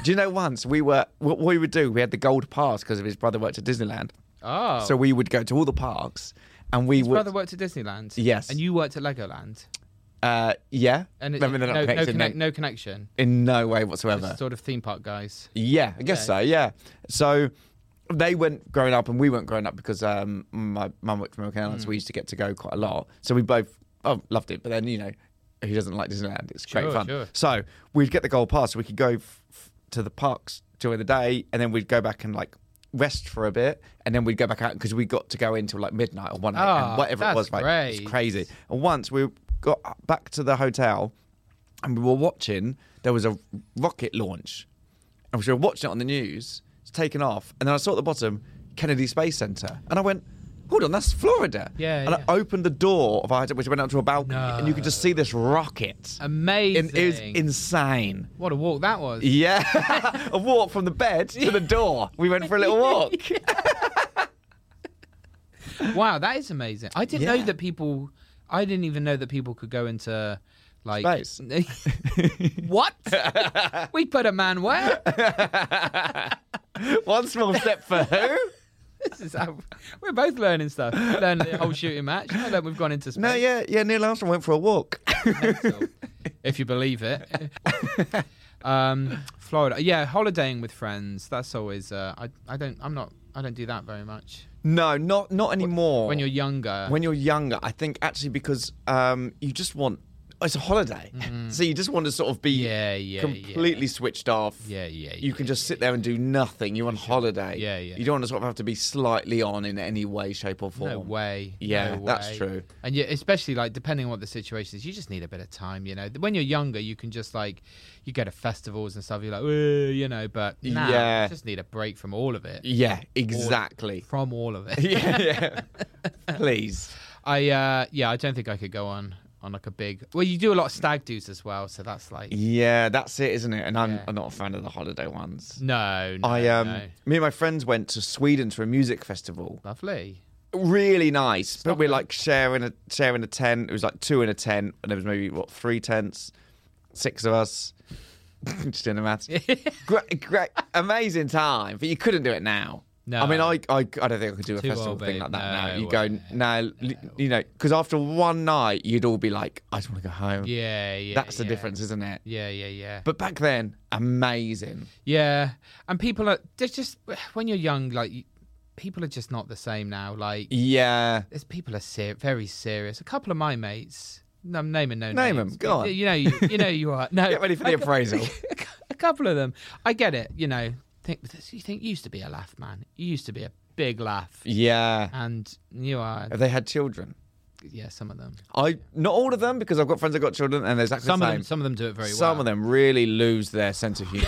Do you know once we were what we would do? We had the gold pass because of his brother worked at Disneyland,
Oh.
so we would go to all the parks, and we
His
would
brother worked at Disneyland.
Yes.
And you worked at Legoland.
uh, yeah.
And it,
I mean, they're not
no, no,
connected
connect,
in,
no connection.
in no way
Just
whatsoever.
Sort of theme park guys.
Yeah, I guess
Yeah.
so. Yeah, so they went growing up, and we weren't growing up because um, my mum worked for American
Mm.
Airlines, so we used to get to go quite a lot. So we both oh, loved it, but then you know who doesn't like Disneyland? It's great
Sure,
fun.
sure.
So we'd get the gold pass, so we could go f- f- to the parks during the day, and then we'd go back and like rest for a bit, and then we'd go back out because we got to go in till like midnight or one a.m.
Ah,
whatever it
that's
was. Like it's
great.
crazy. And once we got back to the hotel, and we were watching, there was a rocket launch, and we were watching it on the news. It's taken off, and then I saw at the bottom Kennedy Space Center, and I went. Hold on, that's Florida.
Yeah,
And
yeah.
I opened the door of our hotel, which went out to a balcony, and you could just see this rocket.
Amazing.
And it was insane.
what a walk that was.
Yeah. a walk from the bed to the door. We went for a little walk.
Wow, that is amazing. I didn't
Yeah.
know that people. I didn't even know that people could go into Like
Space.
what? we put a man where?
One small step for who?
this is how we're both learning stuff. Learn the whole shooting match. I learned we've gone into space.
No, yeah, yeah. Neil Armstrong went for a walk.
Mental, if you believe it. um, Florida, yeah, holidaying with friends. That's always. Uh, I I don't. I'm not. I don't do that very much.
no, not not anymore.
When you're younger,
when you're younger, I think actually because um, you just want it's a holiday, so you just want to sort of be
Mm. Yeah, yeah,
completely switched off.
Yeah, yeah,
You can
yeah,
just sit there and do nothing. You're on holiday.
Yeah, yeah.
You don't want to sort of have to be slightly on in any way, shape, or form.
No way.
Yeah,
no
that's
way.
true.
And you, especially like depending on what the situation is, you just need a bit of time. You know, when you're younger, you can just like you go to festivals and stuff. You're like, "Ooh," you know, but nah,
Yeah.
you just need a break from all of it.
Yeah, exactly.
From all of it.
yeah, yeah. Please.
I uh, yeah, I don't think I could go on on like a big. Well, you do a lot of stag do's as well, so that's like
Yeah, that's it, isn't it? And I'm,
Yeah.
I'm not a fan of the holiday ones.
no. no
I um,
no.
me and my friends went to Sweden to a music festival.
lovely.
really nice. But we're like sharing a sharing a tent. It was like two in a tent, and there was maybe what three tents, six of us. Just doing the maths. great, great, amazing time. But you couldn't do it now.
No.
I mean, I, I, I don't think I could do a
Too
festival
old,
thing
babe.
like that
No
now. You
way.
go now, you know, because after one night, you'd all be like, I just want to go home.
Yeah, yeah.
That's the
yeah.
difference, isn't it?
Yeah, yeah, yeah.
But back then, amazing.
Yeah, and people are they're just when you're young, like you- people are just not the same now. Like
Yeah.
there's people are ser- very serious. A couple of my mates, no, I'm naming no
Name 'em,
names.
go on.
You, you know, you, you know you are. No,
Get ready for the
a cou-
appraisal.
a couple of them, I get it. You know, think you think you used to be a laugh man. You used to be a big laugh,
Yeah.
and you are.
Have they had children?
Yeah, some of them.
I not all of them because I've got friends that got children and there's exactly
Some
the
of
same.
them. Some of them do it very well.
Some of them really lose their sense of humor.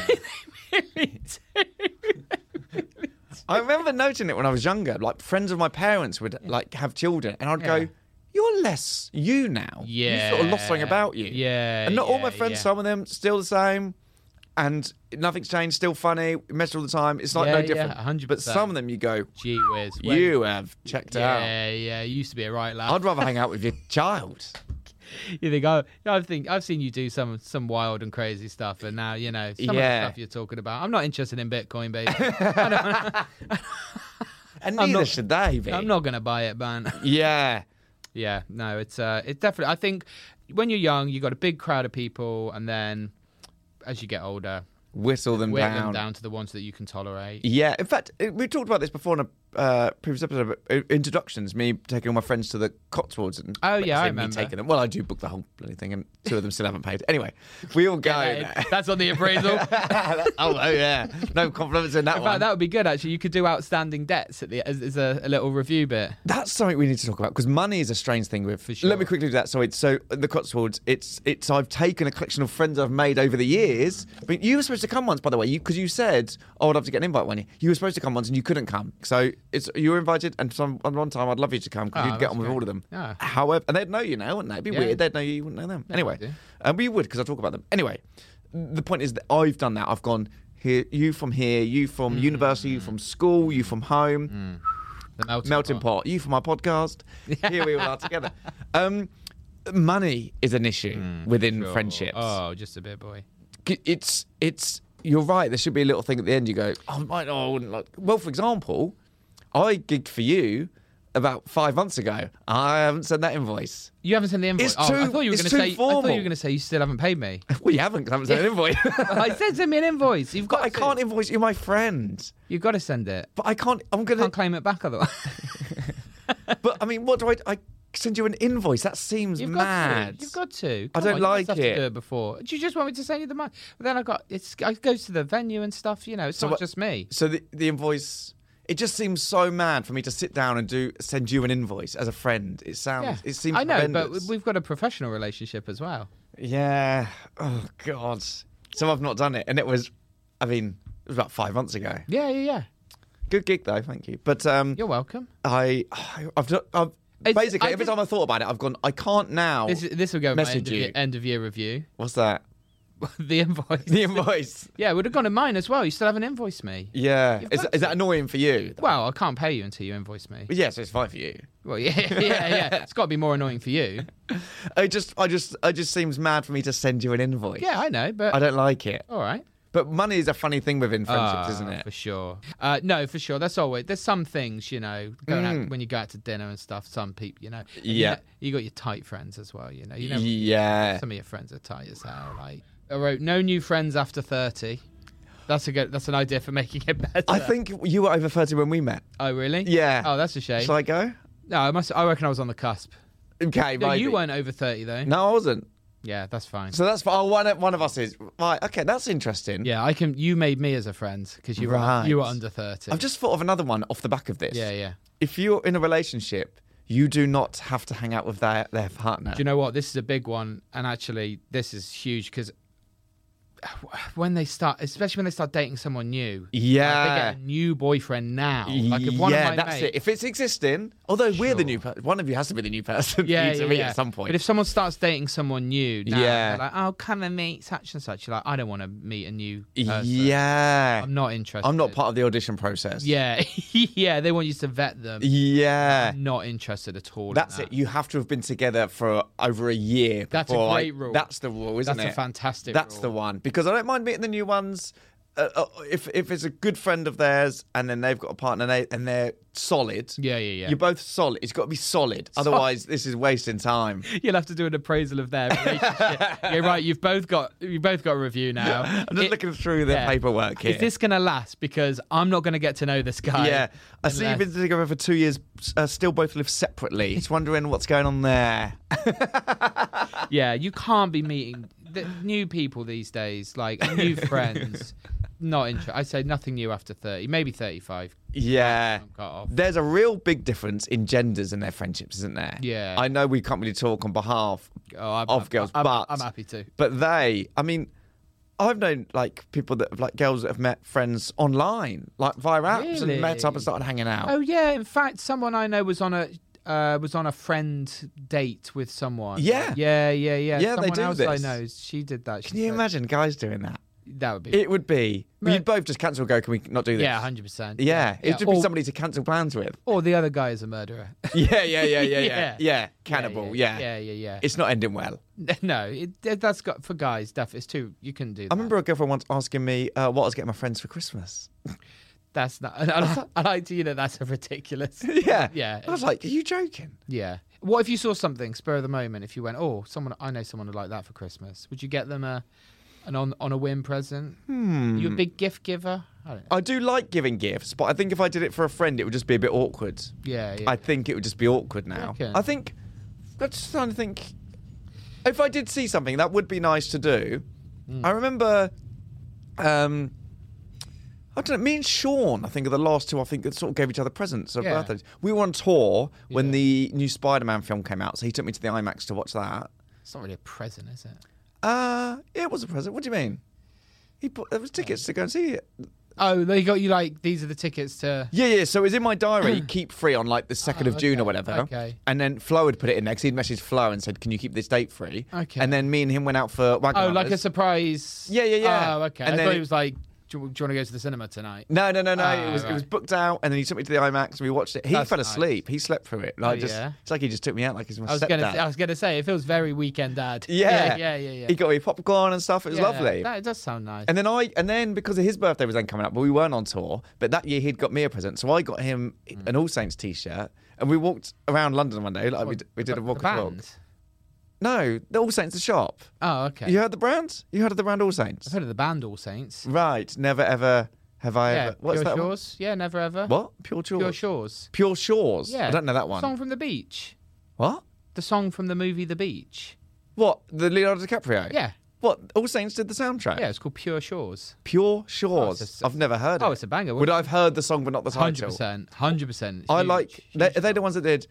I remember noting it when I was younger. Like friends of my parents would like have children, and I'd
Yeah.
go, "You're less you now. you
Yeah.
sort of lost something about you.
Yeah,
and not all my
yeah,
friends.
yeah.
Some of them still the same, and nothing's changed. Still funny. We mess all the time. It's like
Yeah,
no
yeah,
different.
100%.
But some of them, you go,
Gee whiz. when-
"You have checked out.
Yeah, yeah. You used to be a right laugh.
I'd rather hang out with your child."
you think oh I think I've seen you do some some wild and crazy stuff and now you know
Yeah.
some of the stuff you're talking about I'm not interested in Bitcoin baby
And
I'm
neither
not-
should they be.
I'm not gonna buy it man
Yeah.
yeah no it's uh it's definitely I think when you're young you got a big crowd of people and then as you get older
Whistle them
whittle
down.
them down to the ones that you can tolerate
Yeah, in fact, it- we talked about this before in a uh, previous episode. But uh, introductions, me taking all my friends to the Cotswolds, and
Oh, yeah,
I say
I
me
remember.
taking them. Well, I do book the whole bloody thing, and two of them still haven't paid. Anyway, we all go.
Hey, that's on the appraisal
there. oh, oh yeah, no compliments in that
in
one.
fact that would be good actually you could do outstanding debts at the as, as a, a little review bit
That's something we need to talk about because money is a strange thing with.
For sure.
Let me quickly do that. So it's so the Cotswolds. It's it's I've taken a collection of friends I've made over the years. But you were supposed to come once, by the way, because you, said oh, I'd love to get an invite one. year." You were supposed to come once and you couldn't come. So it's you were invited, and some on one time I'd love you to come because
Ah,
you'd get
that's
on with
great.
all of them.
Ah.
However, and they'd know you now, wouldn't they? It'd be
Yeah.
weird. They'd know you, you wouldn't know them. anyway,
do.
and we would because I talk about them. Anyway, the point is that I've done that. I've gone here, you from here, you
Hmm.
from university, you from school, you from home
the melting,
melting
pot.
pot. You for my podcast. Here we all are together. Um, money is an issue within
Mm, Sure.
friendships.
oh just a bit boy
C- It's it's you're right. There should be a little thing at the end. You go, oh, might oh, I wouldn't like. Well, for example, I gigged for you about five months ago. I haven't sent that invoice.
You haven't sent the invoice.
It's
oh, I
too-
thought you were
it's
going to
too
say. I thought you
formal.
were going to say you still haven't paid me.
Well, you haven't. 'cause I haven't sent an invoice.
I said send me an invoice. You've got.
I
to.
can't e- invoice you, my friend.
You've got to send it.
But I can't. I'm gonna.
Can't claim it back otherwise.
But I mean, what do I? I send you an invoice. That seems
You've
mad.
got to. You've got to.
I
Come
don't
on, you
like
must have to
it.
do it before. Do you just want me to send you the money? But then I got. It's. It goes to the venue and stuff. You know, it's not
what-
just me.
So the, the invoice, it just seems so mad for me to sit down and do send you an invoice as a friend. It sounds,
Yeah,
it seems.
I know,
horrendous.
but we've got a professional relationship as well.
yeah. Oh God. So I've not done it, and it was, I mean, it was about five months ago.
Yeah, yeah, yeah.
Good gig though, thank you. But um,
You're welcome.
I, I've, not- I've
It's-
basically
I
every
think-
time I thought about it, I've gone, I can't now.
This this will go in my
Oh,
end
message
of,
you.
year, end of year review.
What's that?
the invoice.
The invoice.
yeah, it would have gone in mine as well. You still haven't invoiced me.
Yeah. Is,
got
is that annoying for you?
Well, I can't pay you until you invoice me.
Yeah, so it's fine for you.
Well, yeah, yeah, yeah. It's got to be more annoying for you.
It just, I just, it just seems mad for me to send you an invoice.
Yeah, I know, but
I don't like it.
all right.
But money is a funny thing within friendships,
Ah,
isn't it?
For sure. Uh, no, for sure. That's always there's some things you know going out when you go out to dinner and stuff. Some people, you know, And you
Mm. Yeah.
know- you, got your tight friends as well. You know, you know,
yeah.
some of your friends are tight as hell. Like I wrote, no new friends after thirty. That's a good. That's an idea for making it better.
I think you were over 30 when we met.
Oh really?
Yeah.
Oh, that's a shame.
Shall I go?
No, I must. I reckon I was on the cusp.
Okay,
No,
maybe.
you weren't over thirty though.
No, I wasn't.
Yeah, that's fine.
So that's oh, one, one of us is. Right, okay, that's interesting.
yeah, I can. You made me as a friend because you
Right.
were you were under thirty.
I've just thought of another one off the back of this.
yeah, yeah.
If you're in a relationship, you do not have to hang out with their, their partner.
Do you know what? This is a big one, and actually, this is huge because when they start, especially when they start dating someone new, like, they
yeah.
get a new boyfriend now. Like if one
yeah,
of my
that's
mates,
it. If it's existing, although we're the
Sure.
new person, one of you has to be the new person for
yeah,
you to
yeah,
meet
yeah.
at some point.
But if someone starts dating someone new, now,
Yeah.
yeah, like, oh, can I meet such and such? You're like, I don't want to meet a new. Person.
yeah.
I'm not interested.
I'm not part of the audition process.
Yeah, yeah. They want you to vet them.
Yeah.
Not interested at all. in
That's
that.
it. You have to have been together for over a year.
That's a
before I-
great rule.
That's the rule, isn't
That's
it?
a fantastic.
That's
rule.
the one because I don't mind meeting the new ones. Uh, uh, if if it's a good friend of theirs and then they've got a partner and, they, and they're solid.
Yeah, yeah, yeah.
You're both solid. It's got to be solid. Otherwise, this is wasting time.
You'll have to do an appraisal of their relationship. yeah, right. You've both got you both got a review now.
I'm just
It-
looking through the
yeah.
paperwork here.
Is this gonna last? Because I'm not gonna get to know this guy.
yeah, I see you've
unless-
been together for two years. Uh, still, both live separately. Just wondering what's going on there.
Yeah, you can't be meeting the new people these days, like new friends. Not interested. I say nothing new after thirty, maybe thirty-five.
Yeah.
I'm cut off.
There's a real big difference in genders and their friendships, isn't there?
Yeah.
I know we can't really talk on behalf
Oh, I'm,
of
I'm-
girls,
I'm,
but
I'm happy to.
But they, I mean, I've known like people that have like girls that have met friends online, like via apps,
Really?
and met up and started hanging out.
Oh yeah, in fact, someone I know was on a uh, was on a friend date with someone.
Yeah.
yeah, yeah, yeah.
Yeah, they
someone
do
else I
this.
know, she did that.
Can you imagine guys doing that?
That would be
It would be
Right.
you'd both just cancel. and Go, can we not do this?
Yeah, hundred percent.
Yeah, it would just be
or,
somebody to cancel plans with.
or the other guy is a murderer.
Yeah, yeah, yeah, yeah, yeah, yeah.
Yeah.
Cannibal. Yeah,
yeah, yeah, yeah.
It's not ending well.
no, it, that- that's got for guys. Stuff it's too. You can do. That.
I remember a girlfriend once asking me uh, what I was getting my friends for Christmas.
that's not. and I, I like to. You know, that's a ridiculous.
yeah,
Yeah.
I was like, "Are you joking?"
yeah. What if you saw something spur of the moment? If you went, oh, someone I know someone would like that for Christmas. Would you get them a an on on a whim present? Hmm. You a big gift giver? I don't know.
I do like giving gifts, but I think if I did it for a friend, it would just be a bit awkward.
Yeah, yeah.
I think it would just be awkward now.
reckon?
I think I'm just trying to think. If I did see something, that would be nice to do.
Hmm.
I remember, um, I don't know. Me and Sean, I think, are the last two. I think that sort of gave each other presents or
Yeah.
birthdays. We were on tour when
Yeah.
the new Spider-Man film came out, so he took me to the IMAX to watch that.
it's not really a present, is it?
Uh, it was a present. What do you mean? He put there was tickets to go and see it.
Oh, they got you like these are the tickets to.
Yeah, yeah. So it was in my diary, keep free on like the 2nd of June or
Oh, okay,
whatever.
okay.
And then Flo had put it in there because he'd messaged Flo and said, Can you keep this date free?
Okay.
And then me and him went out for Wagamama's.
Oh, like a surprise.
Yeah, yeah, yeah.
Oh, okay.
And
I
then
thought
it- Mm,
he was like, do you, do you want to go to the cinema tonight?
No, no, no, no.
Ah,
it, was, it was
right.
booked out and then he took me to the IMAX and we watched it. He
That's
fell
nice.
asleep. He slept through it. Like,
Oh,
just,
yeah?
It's like he just took me out like he's my
I was
stepdad.
gonna, I was gonna say it feels very weekend dad.
yeah.
yeah, yeah, yeah.
He got me popcorn and stuff. It was
Yeah,
lovely.
That does sound nice.
And then I, and then because his birthday was then coming up, but we weren't on tour. But that year he'd got me a present, so I got him
Hmm.
an All Saints T-shirt, and we walked around London one day. Like we, d- we did a
The
walk and talk.
band?
No, the All Saints the shop.
Oh, okay.
You heard the brand? You heard of the brand All
I've
Saints?
heard of the band All Saints.
Right. Never ever have I
Yeah,
ever. What's
Pure
that? one?
Shores. Yeah, never ever.
What? Pure Shores.
Pure Shores.
Pure Shores.
Yeah,
I don't know that one.
Song from the Beach.
What?
The song from the movie The Beach.
What? The Leonardo DiCaprio.
Yeah,
What? All Saints did the soundtrack.
yeah. It's called Pure Shores.
Pure Shores.
Oh, it's a-
I've never heard.
oh,
it.
it's a banger.
Would I've heard the song but not the
Hundred
title?
percent. Hundred percent.
I like. They, are they the ones that did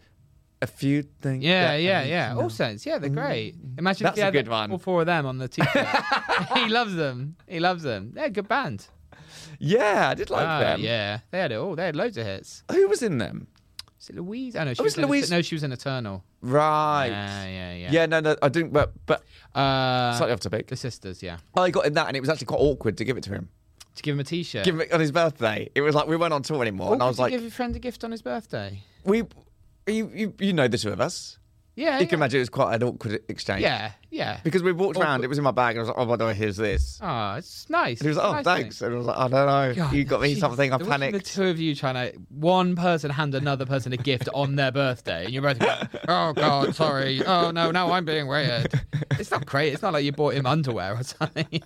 a few things?
Yeah,
that
yeah,
I
yeah.
know?
All Saints. Yeah, they're great. Imagine
That's
if you
a
had
good one.
all four of them on the T-shirt. he loves them. He loves them. They're a good band.
Yeah, I did like
Oh,
them.
Yeah, they had it all. They had loads of hits.
Who was in them?
Is it Louise? Oh no, she
Oh,
was,
it's
in-
Louise.
No, she was in Eternal.
Right.
Yeah, yeah, yeah.
Yeah, no, no, I didn't, but but
Uh,
slightly off topic.
the sisters, yeah.
I got him that, and it was actually quite awkward to give it to him.
To give him a T-shirt.
Give it on his birthday. It was like we weren't on tour anymore,
Or
and I
Oh, could
was
you
like,
give your friend a gift on his birthday.
we, you, you, you know the two of us.
Yeah,
You
yeah.
can imagine it was quite an awkward exchange.
Yeah, yeah.
Because we walked around, it was in my bag, and I was like, oh my god, here's this.
Ah, it's nice.
And he was like, oh,
Nice thing.
thanks. And I was like, I don't know.
God,
you got me
Jesus.
something. I
There wasn't
panicked.
The two of you trying to one person hand another person a gift on their birthday, and you're both going, "Oh God, sorry. Oh no, now I'm being weird." It's not great. It's not like you bought him underwear or something.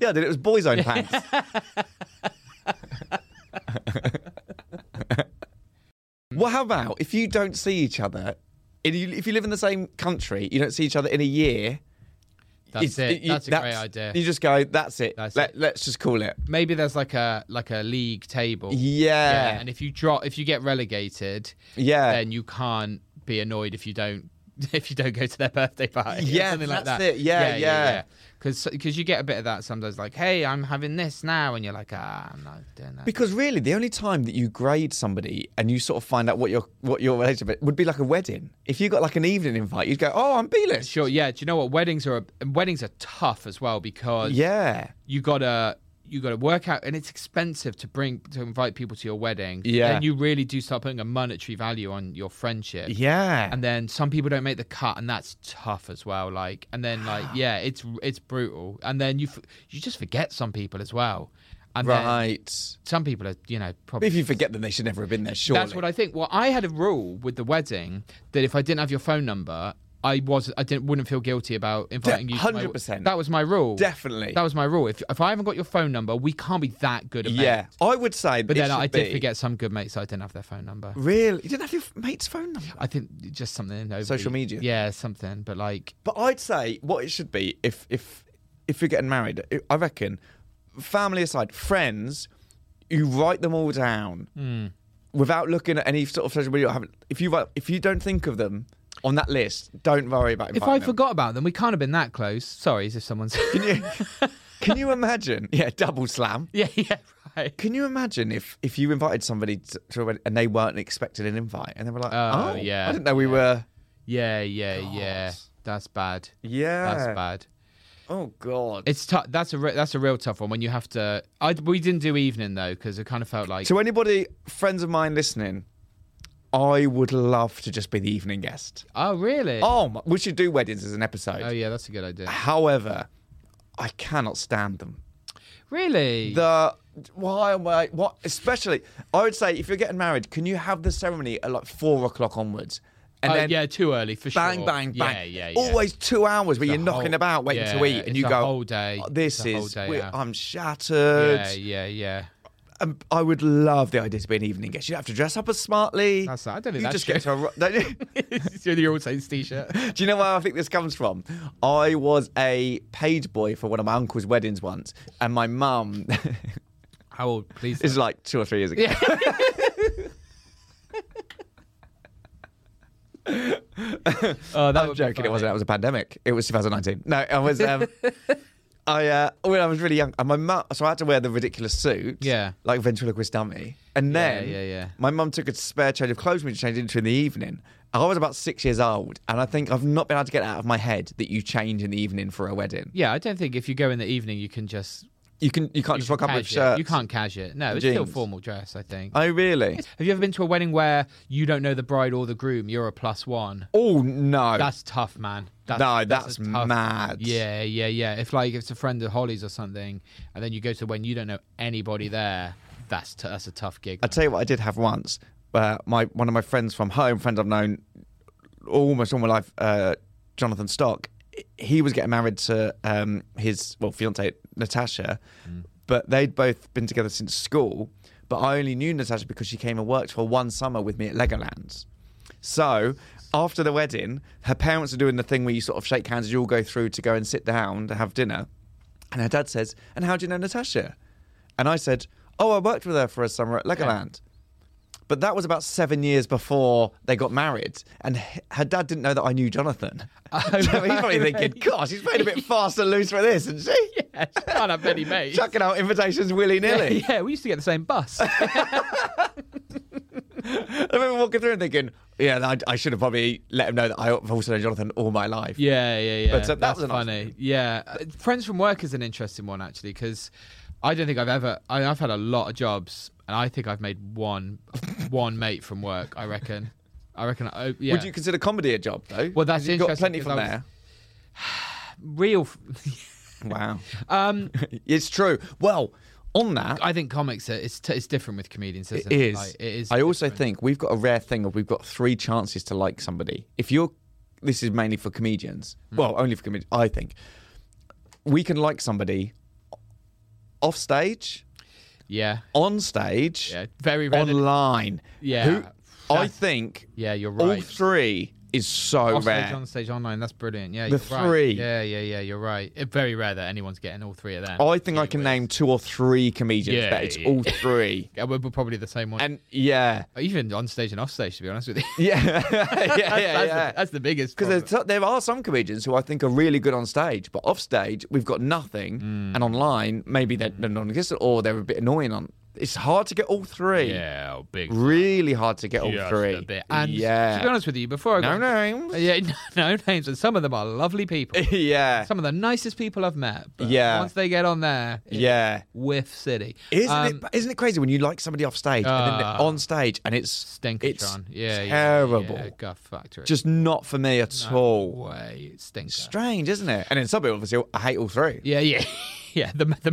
yeah, dude, it was boys' own pants. well, how about if you don't see each other, if you, if you live in the same country, you don't see each other in a year.
That's
it's-
it.
you-
That's a great idea.
You just go, that's it.
That's
Let,
it.
Let's just call it.
Maybe there's like a like a league table.
Yeah.
And if you drop, if you get relegated,
Yeah.
then you can't be annoyed if you don't if you don't go to their birthday party. or
Yeah,
something like
that's
that.
it. Yeah, yeah.
Because you get a bit of that sometimes, like, "Hey, I'm having this now," and you're like, "Ah, I'm not doing that."
Because really, the only time that you grade somebody and you sort of find out what your what your relationship would be like a wedding. If you got like an evening invite, you'd go, "Oh, I'm B-list."
Sure. Yeah. Do you know what weddings are? and Weddings are tough as well because
Yeah,
you gotta you gotta work out, and it's expensive to bring to invite people to your wedding.
Yeah.
And you really do start putting a monetary value on your friendship.
yeah.
And then some people don't make the cut, and that's tough as well. Like, and then like, yeah, it's it's brutal. And then you f- you just forget some people as well. And then
right.
some people are, you know, probably
If you forget them, they should never have been there. Surely.
That's what I think. Well, I had a rule with the wedding that if I didn't have your phone number, I was I didn't wouldn't feel guilty about inviting you. to my-
100%.
That was my rule.
Definitely.
That was my rule. If if I haven't got your phone number, we can't be that good at
yeah,
mates.
I would say.
But
it
then I
should
did
be-
forget some good mates. I didn't have their phone number.
Really, you didn't have your mate's phone number.
I think just something over
Social media.
Yeah, something. But like,
But I'd say what it should be if if if you're getting married, I- I reckon, family aside, friends, you write them all down
Hmm.
without looking at any sort of social media. or having- If you write, if you don't think of them on that list, don't worry about.
if I
inviting them.
forgot about them, we can't have been that close. Sorry, as if someone's.
can you imagine? Yeah, double slam.
yeah, yeah, right.
Can you imagine if if you invited somebody to, to a wedding and they weren't expecting an invite and they were like,
Oh,
"Oh,
yeah,
I didn't know we were."
Yeah, yeah, yeah.
God.
That's bad.
Yeah.
That's bad.
Oh God.
It's tough. That's a re- that's a real tough one when you have to. I we didn't do evening though because it kind of felt like
to anybody, friends of mine listening, I would love to just be the evening guest.
oh really
Oh, my, we should do weddings as an episode.
Oh, yeah that's a good idea
However, I cannot stand them.
really
The why am I what? Especially, I would say if you're getting married, can you have the ceremony at like four o'clock onwards? And
Oh, yeah too early for
bang,
sure
bang, bang.
yeah yeah, yeah.
Always two hours where
The
you're knocking
whole-
about waiting
yeah,
to eat, and
it's
you
a
go,
whole day
"Oh, "This
It's a whole
is
day
we're-
out.
I'm shattered."
yeah yeah yeah
And Um, I would love the idea to be an evening guest. You don't have to dress up as smartly.
That's- I don't think
you
that's
just get to.
true.
A, ro- don't you?
it's your old saints t-shirt
Do you know where I think this comes from? I was a page boy for one of my uncle's weddings once, and my mum
how old please
is like two or three years ago.
yeah oh that
I'm
would be
joking.
funny.
It wasn't. That was a pandemic. It was 2019. No, I was. Um, I uh, when I was really young, and my mum. So I had to wear the ridiculous suit.
Yeah.
Like ventriloquist dummy. And then,
yeah, yeah.
My mum took a spare change of clothes for me to change into in the evening. I was about six years old, and I think I've not been able to get it out of my head that you change in the evening for a wedding.
yeah I don't think if you go in the evening you can just
You can. You can't just rock up with
cash
shirts.
it. you can't cash it no it's still
Jeans.
formal dress I think
Oh really?
Have you ever been to a wedding where you don't know the bride or the groom? You're a plus one.
Oh no.
That's tough, man. That's,
no,
a
that's,
tough-
mad.
Yeah, yeah, yeah. If like if it's a friend of Holly's or something, and then you go to when you don't know anybody there, that's t- that's a tough gig.
I tell you what, I did have once. Uh, my one of my friends from home, friend I've known almost all my life, uh, Jonathan Stock. He was getting married to um, his well fiance Natasha, but they'd both been together since school. But I only knew Natasha because she came and worked for one summer with me at Legolands. So after the wedding, her parents are doing the thing where you sort of shake hands as you all go through to go and sit down to have dinner. And her dad says, And how do you know Natasha? And I said, Oh, I worked with her for a summer at Legoland. But that was about seven years before they got married. And h- her dad didn't know that I knew Jonathan. so he's probably
right.
thinking, Gosh, he's played a bit fast and loose with this, isn't she?
yeah, she can't have many mates.
Chucking out invitations willy
yeah,
nilly.
yeah, we used to get the same bus.
I remember walking through and thinking, yeah, I, I should have probably let him know that I've also known Jonathan all my life.
Yeah, yeah, yeah.
But, uh, that
That's
was a nice
funny. Yeah, Uh, friends from work is an interesting one actually because I don't think I've ever. I, I've had a lot of jobs, and I think I've made one, one mate from work. I reckon. I reckon. I, yeah.
Would you consider comedy a job though?
Well, that's
'Cause you've got
interesting
plenty from
'cause I
there.
real? f-
Wow,
um,
it's true. Well, on that,
I think comics. Are, it's t- it's different with comedians. Isn't
It
it?
is.
Like, it is.
I also
different.
think we've got a rare thing of we've got three chances to like somebody. If you're, this is mainly for comedians.
Hmm.
Well, only for comedians. I think we can like somebody off stage,
Yeah.
on stage,
Yeah. Very rarely.
online.
Yeah.
Who, I
That's-
think
yeah, you're
all
right.
three is so
Off
rare.
stage, on stage, online. That's brilliant. Yeah,
The
you're right.
three.
Yeah, yeah, yeah. You're right. It's very rare that anyone's getting all three of them.
I think I can name two or three comedians,
Yeah,
but it's
yeah,
all three.
Yeah, we're, we're probably the same one.
and yeah,
Oh, Even on stage and off stage, to be honest with you.
yeah, yeah,
that's,
yeah.
that's
yeah.
The, that's the biggest. problem.
Because there are some comedians who I think are really good on stage, but off stage we've got nothing,
Mm.
and online maybe they're, they're non-existent or they're a bit annoying. On it's hard to get all three.
yeah, oh, big
Really hard to get all
just
three.
a bit. And
yeah.
to be honest with you, before I
no
got
names.
yeah, no, no names, and some of them are lovely people.
yeah.
some of the nicest people I've met. But
Yeah.
once they get on there, it's
Yeah.
whiff city.
Isn't
Um,
it? Isn't it crazy when you like somebody off stage and then they're
Uh,
on stage and it's it's
Stinkertron. Yeah, yeah,
terrible.
Yeah, Guff factory.
just not for me at all.
way stinker.
Strange, isn't it? And then some people obviously I hate all three.
Yeah, yeah, yeah. The the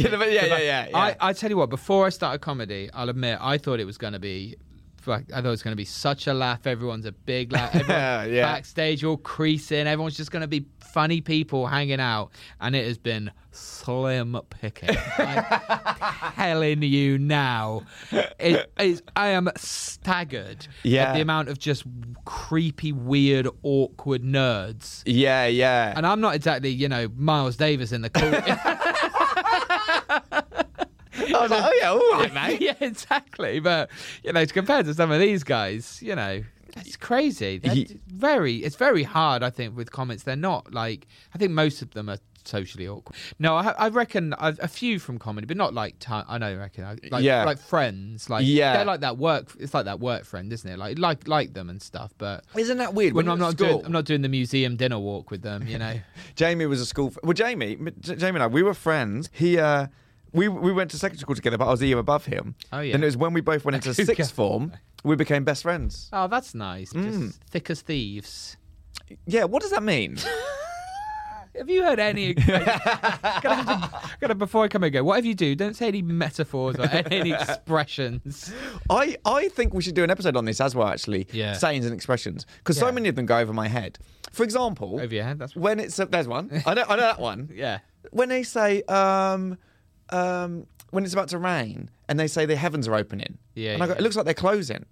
Yeah, the- yeah, yeah, yeah, yeah.
I, I tell you what. Before I started comedy, I'll admit I thought it was going to be. fuck, I thought it was going to be such a laugh. Everyone's a big laugh. Everyone
Yeah.
Backstage, all creasing. Everyone's just going to be funny people hanging out, and it has been slim picking. I'm telling you now, it is. I am staggered
Yeah.
at the amount of just creepy, weird, awkward nerds
Yeah, yeah.
and I'm not exactly, you know, Miles Davis in the cool.
I was like, oh yeah, all right, mate.
yeah, exactly. But you know, compared to some of these guys, you know, it's crazy. They're
Ye-
very, it's very hard. I think with comments, they're not like. I think most of them are socially awkward. No, I, ha- I reckon I've, a few from comedy, but not like. ti I know, I reckon. I- Like,
Yeah.
like friends, like
Yeah.
they're like that work. It's like that work friend, isn't it? Like like like them and stuff. But
Isn't that weird?
when
you're
I'm
at
not
school,
doing, I'm not doing the museum dinner walk with them, you know.
Jamie was a school. Well, Jamie, m- J- Jamie and I, we were friends. He, uh, we we went to secondary school together, but I was a year above him.
Oh, yeah.
Then it was when we both went into sixth form, we became best friends.
Oh, that's nice. Just thick as thieves.
Yeah. What does that mean?
Have you heard any? gotta, gotta, before I come and go, whatever you do, don't say any metaphors or any expressions.
I I think we should do an episode on this as well, actually.
Yeah.
Sayings and expressions, because so
Yeah.
many of them go over my head. For example,
Over your head, that's-
when it's a, there's one. I know I know that one.
Yeah.
When they say um um when it's about to rain and they say the heavens are opening.
Yeah,
And I go,
yeah.
it looks like they're closing.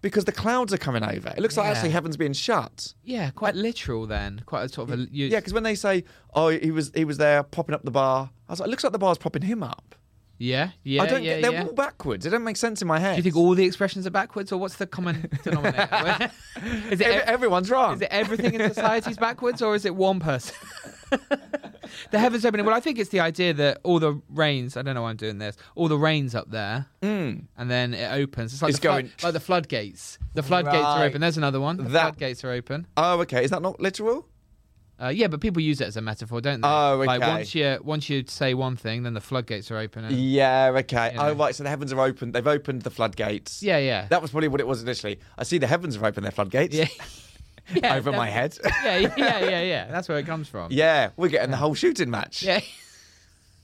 Because the clouds are coming over. It looks like
Yeah.
actually heaven's being shut.
Yeah, quite literal then. Quite a sort of a. You,
Yeah, because when they say, "Oh, he was he was there popping up the bar," I was like, "Looks like the bar's popping him up."
yeah, yeah.
I don't
yeah,
get they're
yeah.
all backwards. It don't make sense in my head.
Do you think all the expressions are backwards, or what's the common denominator? is, it
Every-
ev-
everyone's wrong?
e-, is it everything in society's backwards, or is it one person? the heavens opening. Well, I think it's the idea that all the rains. I don't know why I'm doing this. All the rains up there, and then it opens. It's like
Mm. It's
the flood-
going-
like the floodgates. The floodgates are
Right.
open. There's another one. The
That-
floodgates are open.
oh, okay. Is that not literal?
Uh, yeah, but people use it as a metaphor, don't they?
Oh,
Like
okay.
once you once you say one thing, then the floodgates are open. And...
Yeah, okay.
Uh. Yeah.
Oh, right. So the heavens are open. They've opened the floodgates.
Yeah, yeah.
That was probably what it was initially. I see the heavens have opened their floodgates
yeah. Yeah,
over my
that's-
head.
yeah, yeah, yeah, yeah. That's where it comes from.
yeah, we're getting the whole shooting match.
Yeah.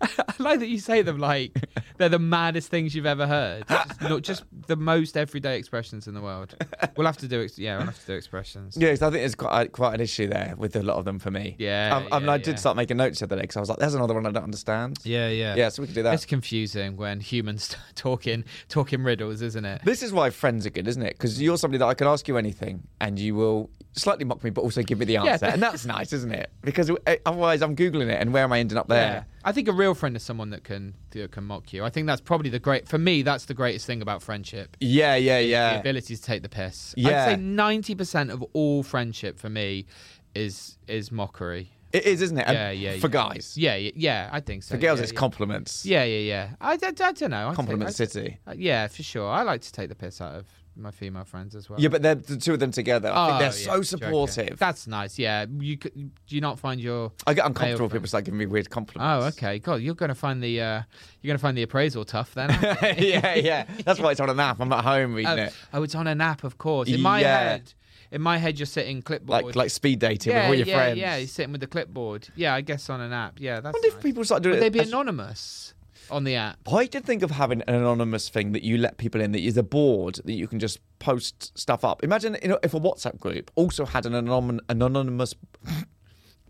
I like that you say them like they're the maddest things you've ever heard. Just, not just the most everyday expressions in the world. We'll have to do ex- yeah, we'll have to do expressions.
Yes, I think there's quite, uh, quite an issue there with a lot of them for me.
Yeah,
Um, I mean,
yeah,
I did
yeah.
start making notes the other day because I was like, there's another one I don't understand.
Yeah, yeah.
Yeah, so we could do that.
It's confusing when humans talking talking riddles, isn't it?
This is why friends are good, isn't it? Because you're somebody that I can ask you anything and you will slightly mock me, but also give me the
Yeah.
answer. and that's nice, isn't it? Because uh, otherwise I'm Googling it and where am I ending up there?
I think a real friend is someone that can that can mock you. I think that's probably the great for me. That's the greatest thing about friendship.
Yeah, yeah,
the
yeah.
ability to take the piss.
Yeah.
I'd say ninety percent of all friendship for me is is mockery.
It is, isn't it? And
Yeah, yeah.
Um, For
yeah.
guys.
Yeah, yeah, yeah. I think so.
For girls,
yeah,
it's
yeah.
compliments.
Yeah, yeah, yeah. I, I, I don't know. I
Compliment
take,
City.
I, yeah, for sure. I like to take the piss out of my female friends as well.
Yeah, but they're, the two of them together, I think
Oh,
they're
yeah,
so
joking.
supportive.
That's nice. Yeah, you c- do you not find your
I get
male
uncomfortable when people
friends-
start giving me weird compliments.
Oh, okay. God, you're going to find the uh, you're going to find the appraisal tough then.
yeah, yeah. That's why it's on an app. I'm at home reading
oh,
it.
oh, it's on an app, of course. In my
Yeah.
head, in my head, you're sitting clipboard.
Like like speed dating
yeah,
with all your
yeah,
friends.
yeah. You're sitting with the clipboard. Yeah, I guess on an app. Yeah, that's.
I wonder if
nice.
people start doing
Would
it.
they be
as-
anonymous on the app?
I did think of having an anonymous thing that you let people in that is a board that you can just post stuff up. Imagine you know, if a WhatsApp group also had an, anon- an anonymous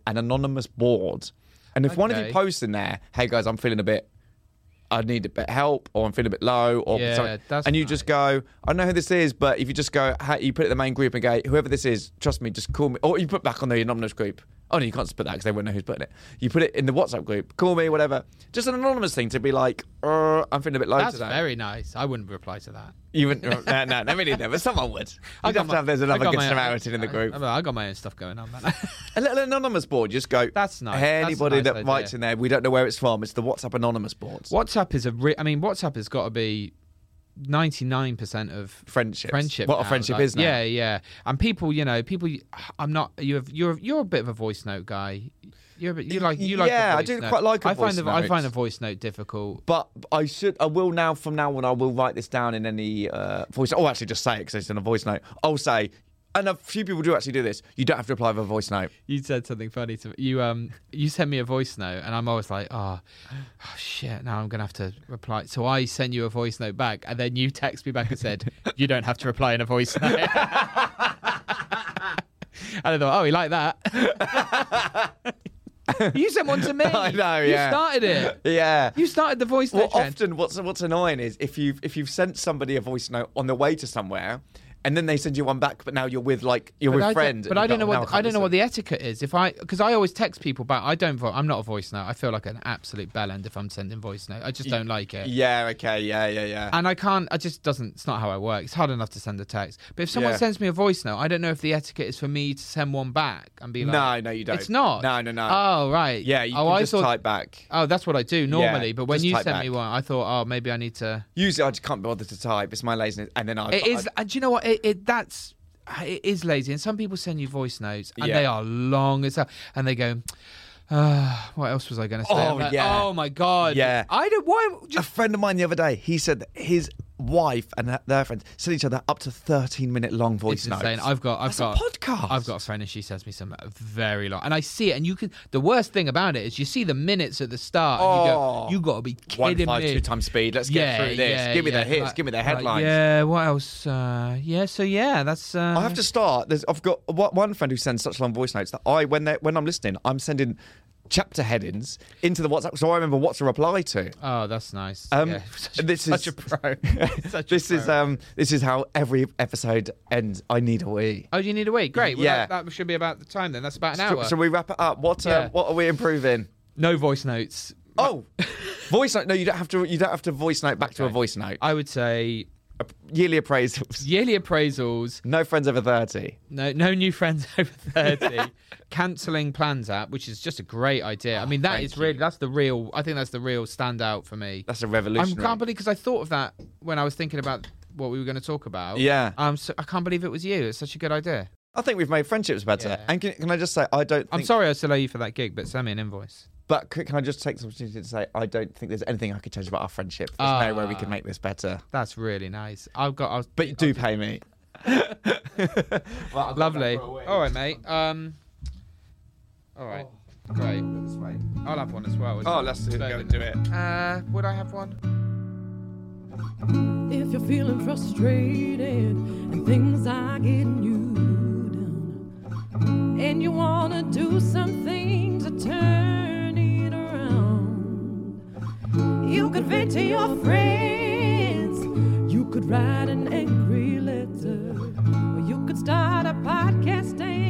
an anonymous board, and if one of you
Okay.
posts in there, "Hey guys, I'm feeling a bit, I need a bit of help, or I'm feeling a bit low, or
Yeah,
something,"
that's
and you just go, "I don't know who this is," but if you just go, hey, you put it in the main group and go, "Whoever this is, trust me, just call me," or you put back on the anonymous group. Oh no, you can't put that because they wouldn't know who's putting it. You put it in the WhatsApp group, call me, whatever. Just an anonymous thing to be like, uh, "I'm feeling a bit low
That's
today."
very nice. I wouldn't reply to that.
You wouldn't, no, no, no, really never. Someone would.
I
You'd
got
have
my-
to have there's
I
another
got
good
my- uh,
Samaritan in the
I-
group.
I, I got my own stuff going on. Man.
A little anonymous board. Just go.
That's nice.
Hey,
That's a
anybody
nice
that
idea.
writes in there, we don't know where it's from. It's the WhatsApp anonymous boards.
WhatsApp is a. Re- I mean, WhatsApp has got to be ninety nine percent of
Friendships.
friendship.
What a
now,
friendship
like-
is now.
Yeah, yeah. And people, you know, people. I'm not. You have. You're. You're a bit of a voice note guy. You're. A bit, you like. You like.
Yeah,
the
I
voice
do
note.
quite like a
I find
voice
the. I
note.
find the voice note difficult.
But I should. I will now. From now on, I will write this down in any uh, voice. Oh, actually, just say it because it's in a voice note. I'll say. And a few people do actually do this. You don't have to apply for a voice note.
You said something funny to me. You um. You sent me a voice note, and I'm always like, oh, oh shit. Now I'm gonna have to reply. So I send you a voice note back, and then you text me back and said, you don't have to reply in a voice note. and I thought, oh, he liked that. you sent one to me.
I know,
You
yeah.
started it.
Yeah.
You started the voice
Well,
note. trend.
often what's what's annoying is if you've if you've sent somebody a voice note on the way to somewhere, and then they send you one back, but now you're with like you're
But
with
I don't-
friends.
But I don't know what I don't know what the etiquette is. If I because I always text people back. I don't. Vo- I'm not a voice note. I feel like an absolute bell end if I'm sending voice note. I just don't like it.
Yeah. Okay. Yeah. Yeah. Yeah.
And I can't. I just doesn't. It's not how I work. It's hard enough to send a text. But if someone
Yeah.
sends me a voice note, I don't know if the etiquette is for me to send one back and be like,
No, no, you don't.
It's not.
No, no, no.
Oh right.
yeah. You
oh,
can
I
just
thought.
type back.
Oh, that's what I do normally. but when
just
you
type
sent me
back.
one, I thought, oh, maybe I need to.
Usually, I just can't bother to type. It's my laziness, and then I.
It is.
I-
And do you know what? It, it that's it is lazy. And some people send you voice notes, and
Yeah.
they are long as hell. And they go, uh, "What else was I going to say?" I'm
Oh,
like,
yeah.
Oh my god.
Yeah.
I don't. Why?
a friend of mine the other day, he said that his wife and her- their friends sent each other up to 13 minute long voice
It's
notes.
insane. I've got. I've
That's
got
a podcast.
I've got a friend, and she sends me some very long, and I see it. And you can. The worst thing about it is you see the minutes at the start.
Oh.
and you go, you got to be kidding
one five
me.
two times speed. Let's get
yeah,
through this.
yeah,
give me
yeah.
the hits.
Like-
give me the
like,
headlines.
yeah. What else? Uh, yeah. So yeah, that's. Uh,
I have to start. There's, I've got one one friend who sends such long voice notes that I, when they when I'm listening, I'm sending chapter headings into the WhatsApp, so I remember what to reply to.
Oh, that's nice.
Um,
yeah. Such,
this is-
such a pro. Such a
This is
pro.
um, this is how every episode ends. I need a wee.
Oh, you need a week. Great. Well,
Yeah.
that, that should be about the time then. That's about an
So,
hour.
so we wrap it up. What uh,
Yeah.
what are we improving?
no voice notes.
Oh, voice note. No, you don't have to. You don't have to voice note back to a
Okay.
voice note.
I would say
Yearly appraisals.
yearly appraisals.
No friends over thirty.
No, no new friends over thirty. Cancelling plans app, which is just a great idea. I mean, that
Ah, thank
is really that's the real. I think that's the real standout for me.
That's a
I
revolution.
can't believe because I thought of that when I was thinking about what we were going to talk about.
Yeah.
Um. So I can't believe it was you. It's such a good idea.
I think we've made friendships better.
Yeah.
And can, can I just say, I don't. Think,
I'm sorry I still owe you for that gig, but send me an invoice.
But c- can I just take this opportunity to say I don't think there's anything I could change about our friendship. There's no way we
Ah.
can make this better.
That's really nice. I've got. I'll,
But you do pay me.
Lovely. All right, mate. Um. All right. Great. I'll have one as well. as-
Oh, let's go and do it.
Uh, would I have one?
If you're feeling frustrated and things are getting you down, and you want to do something to turn it around, you could vent to your friends, you could write an angry letter, or you could start a podcast and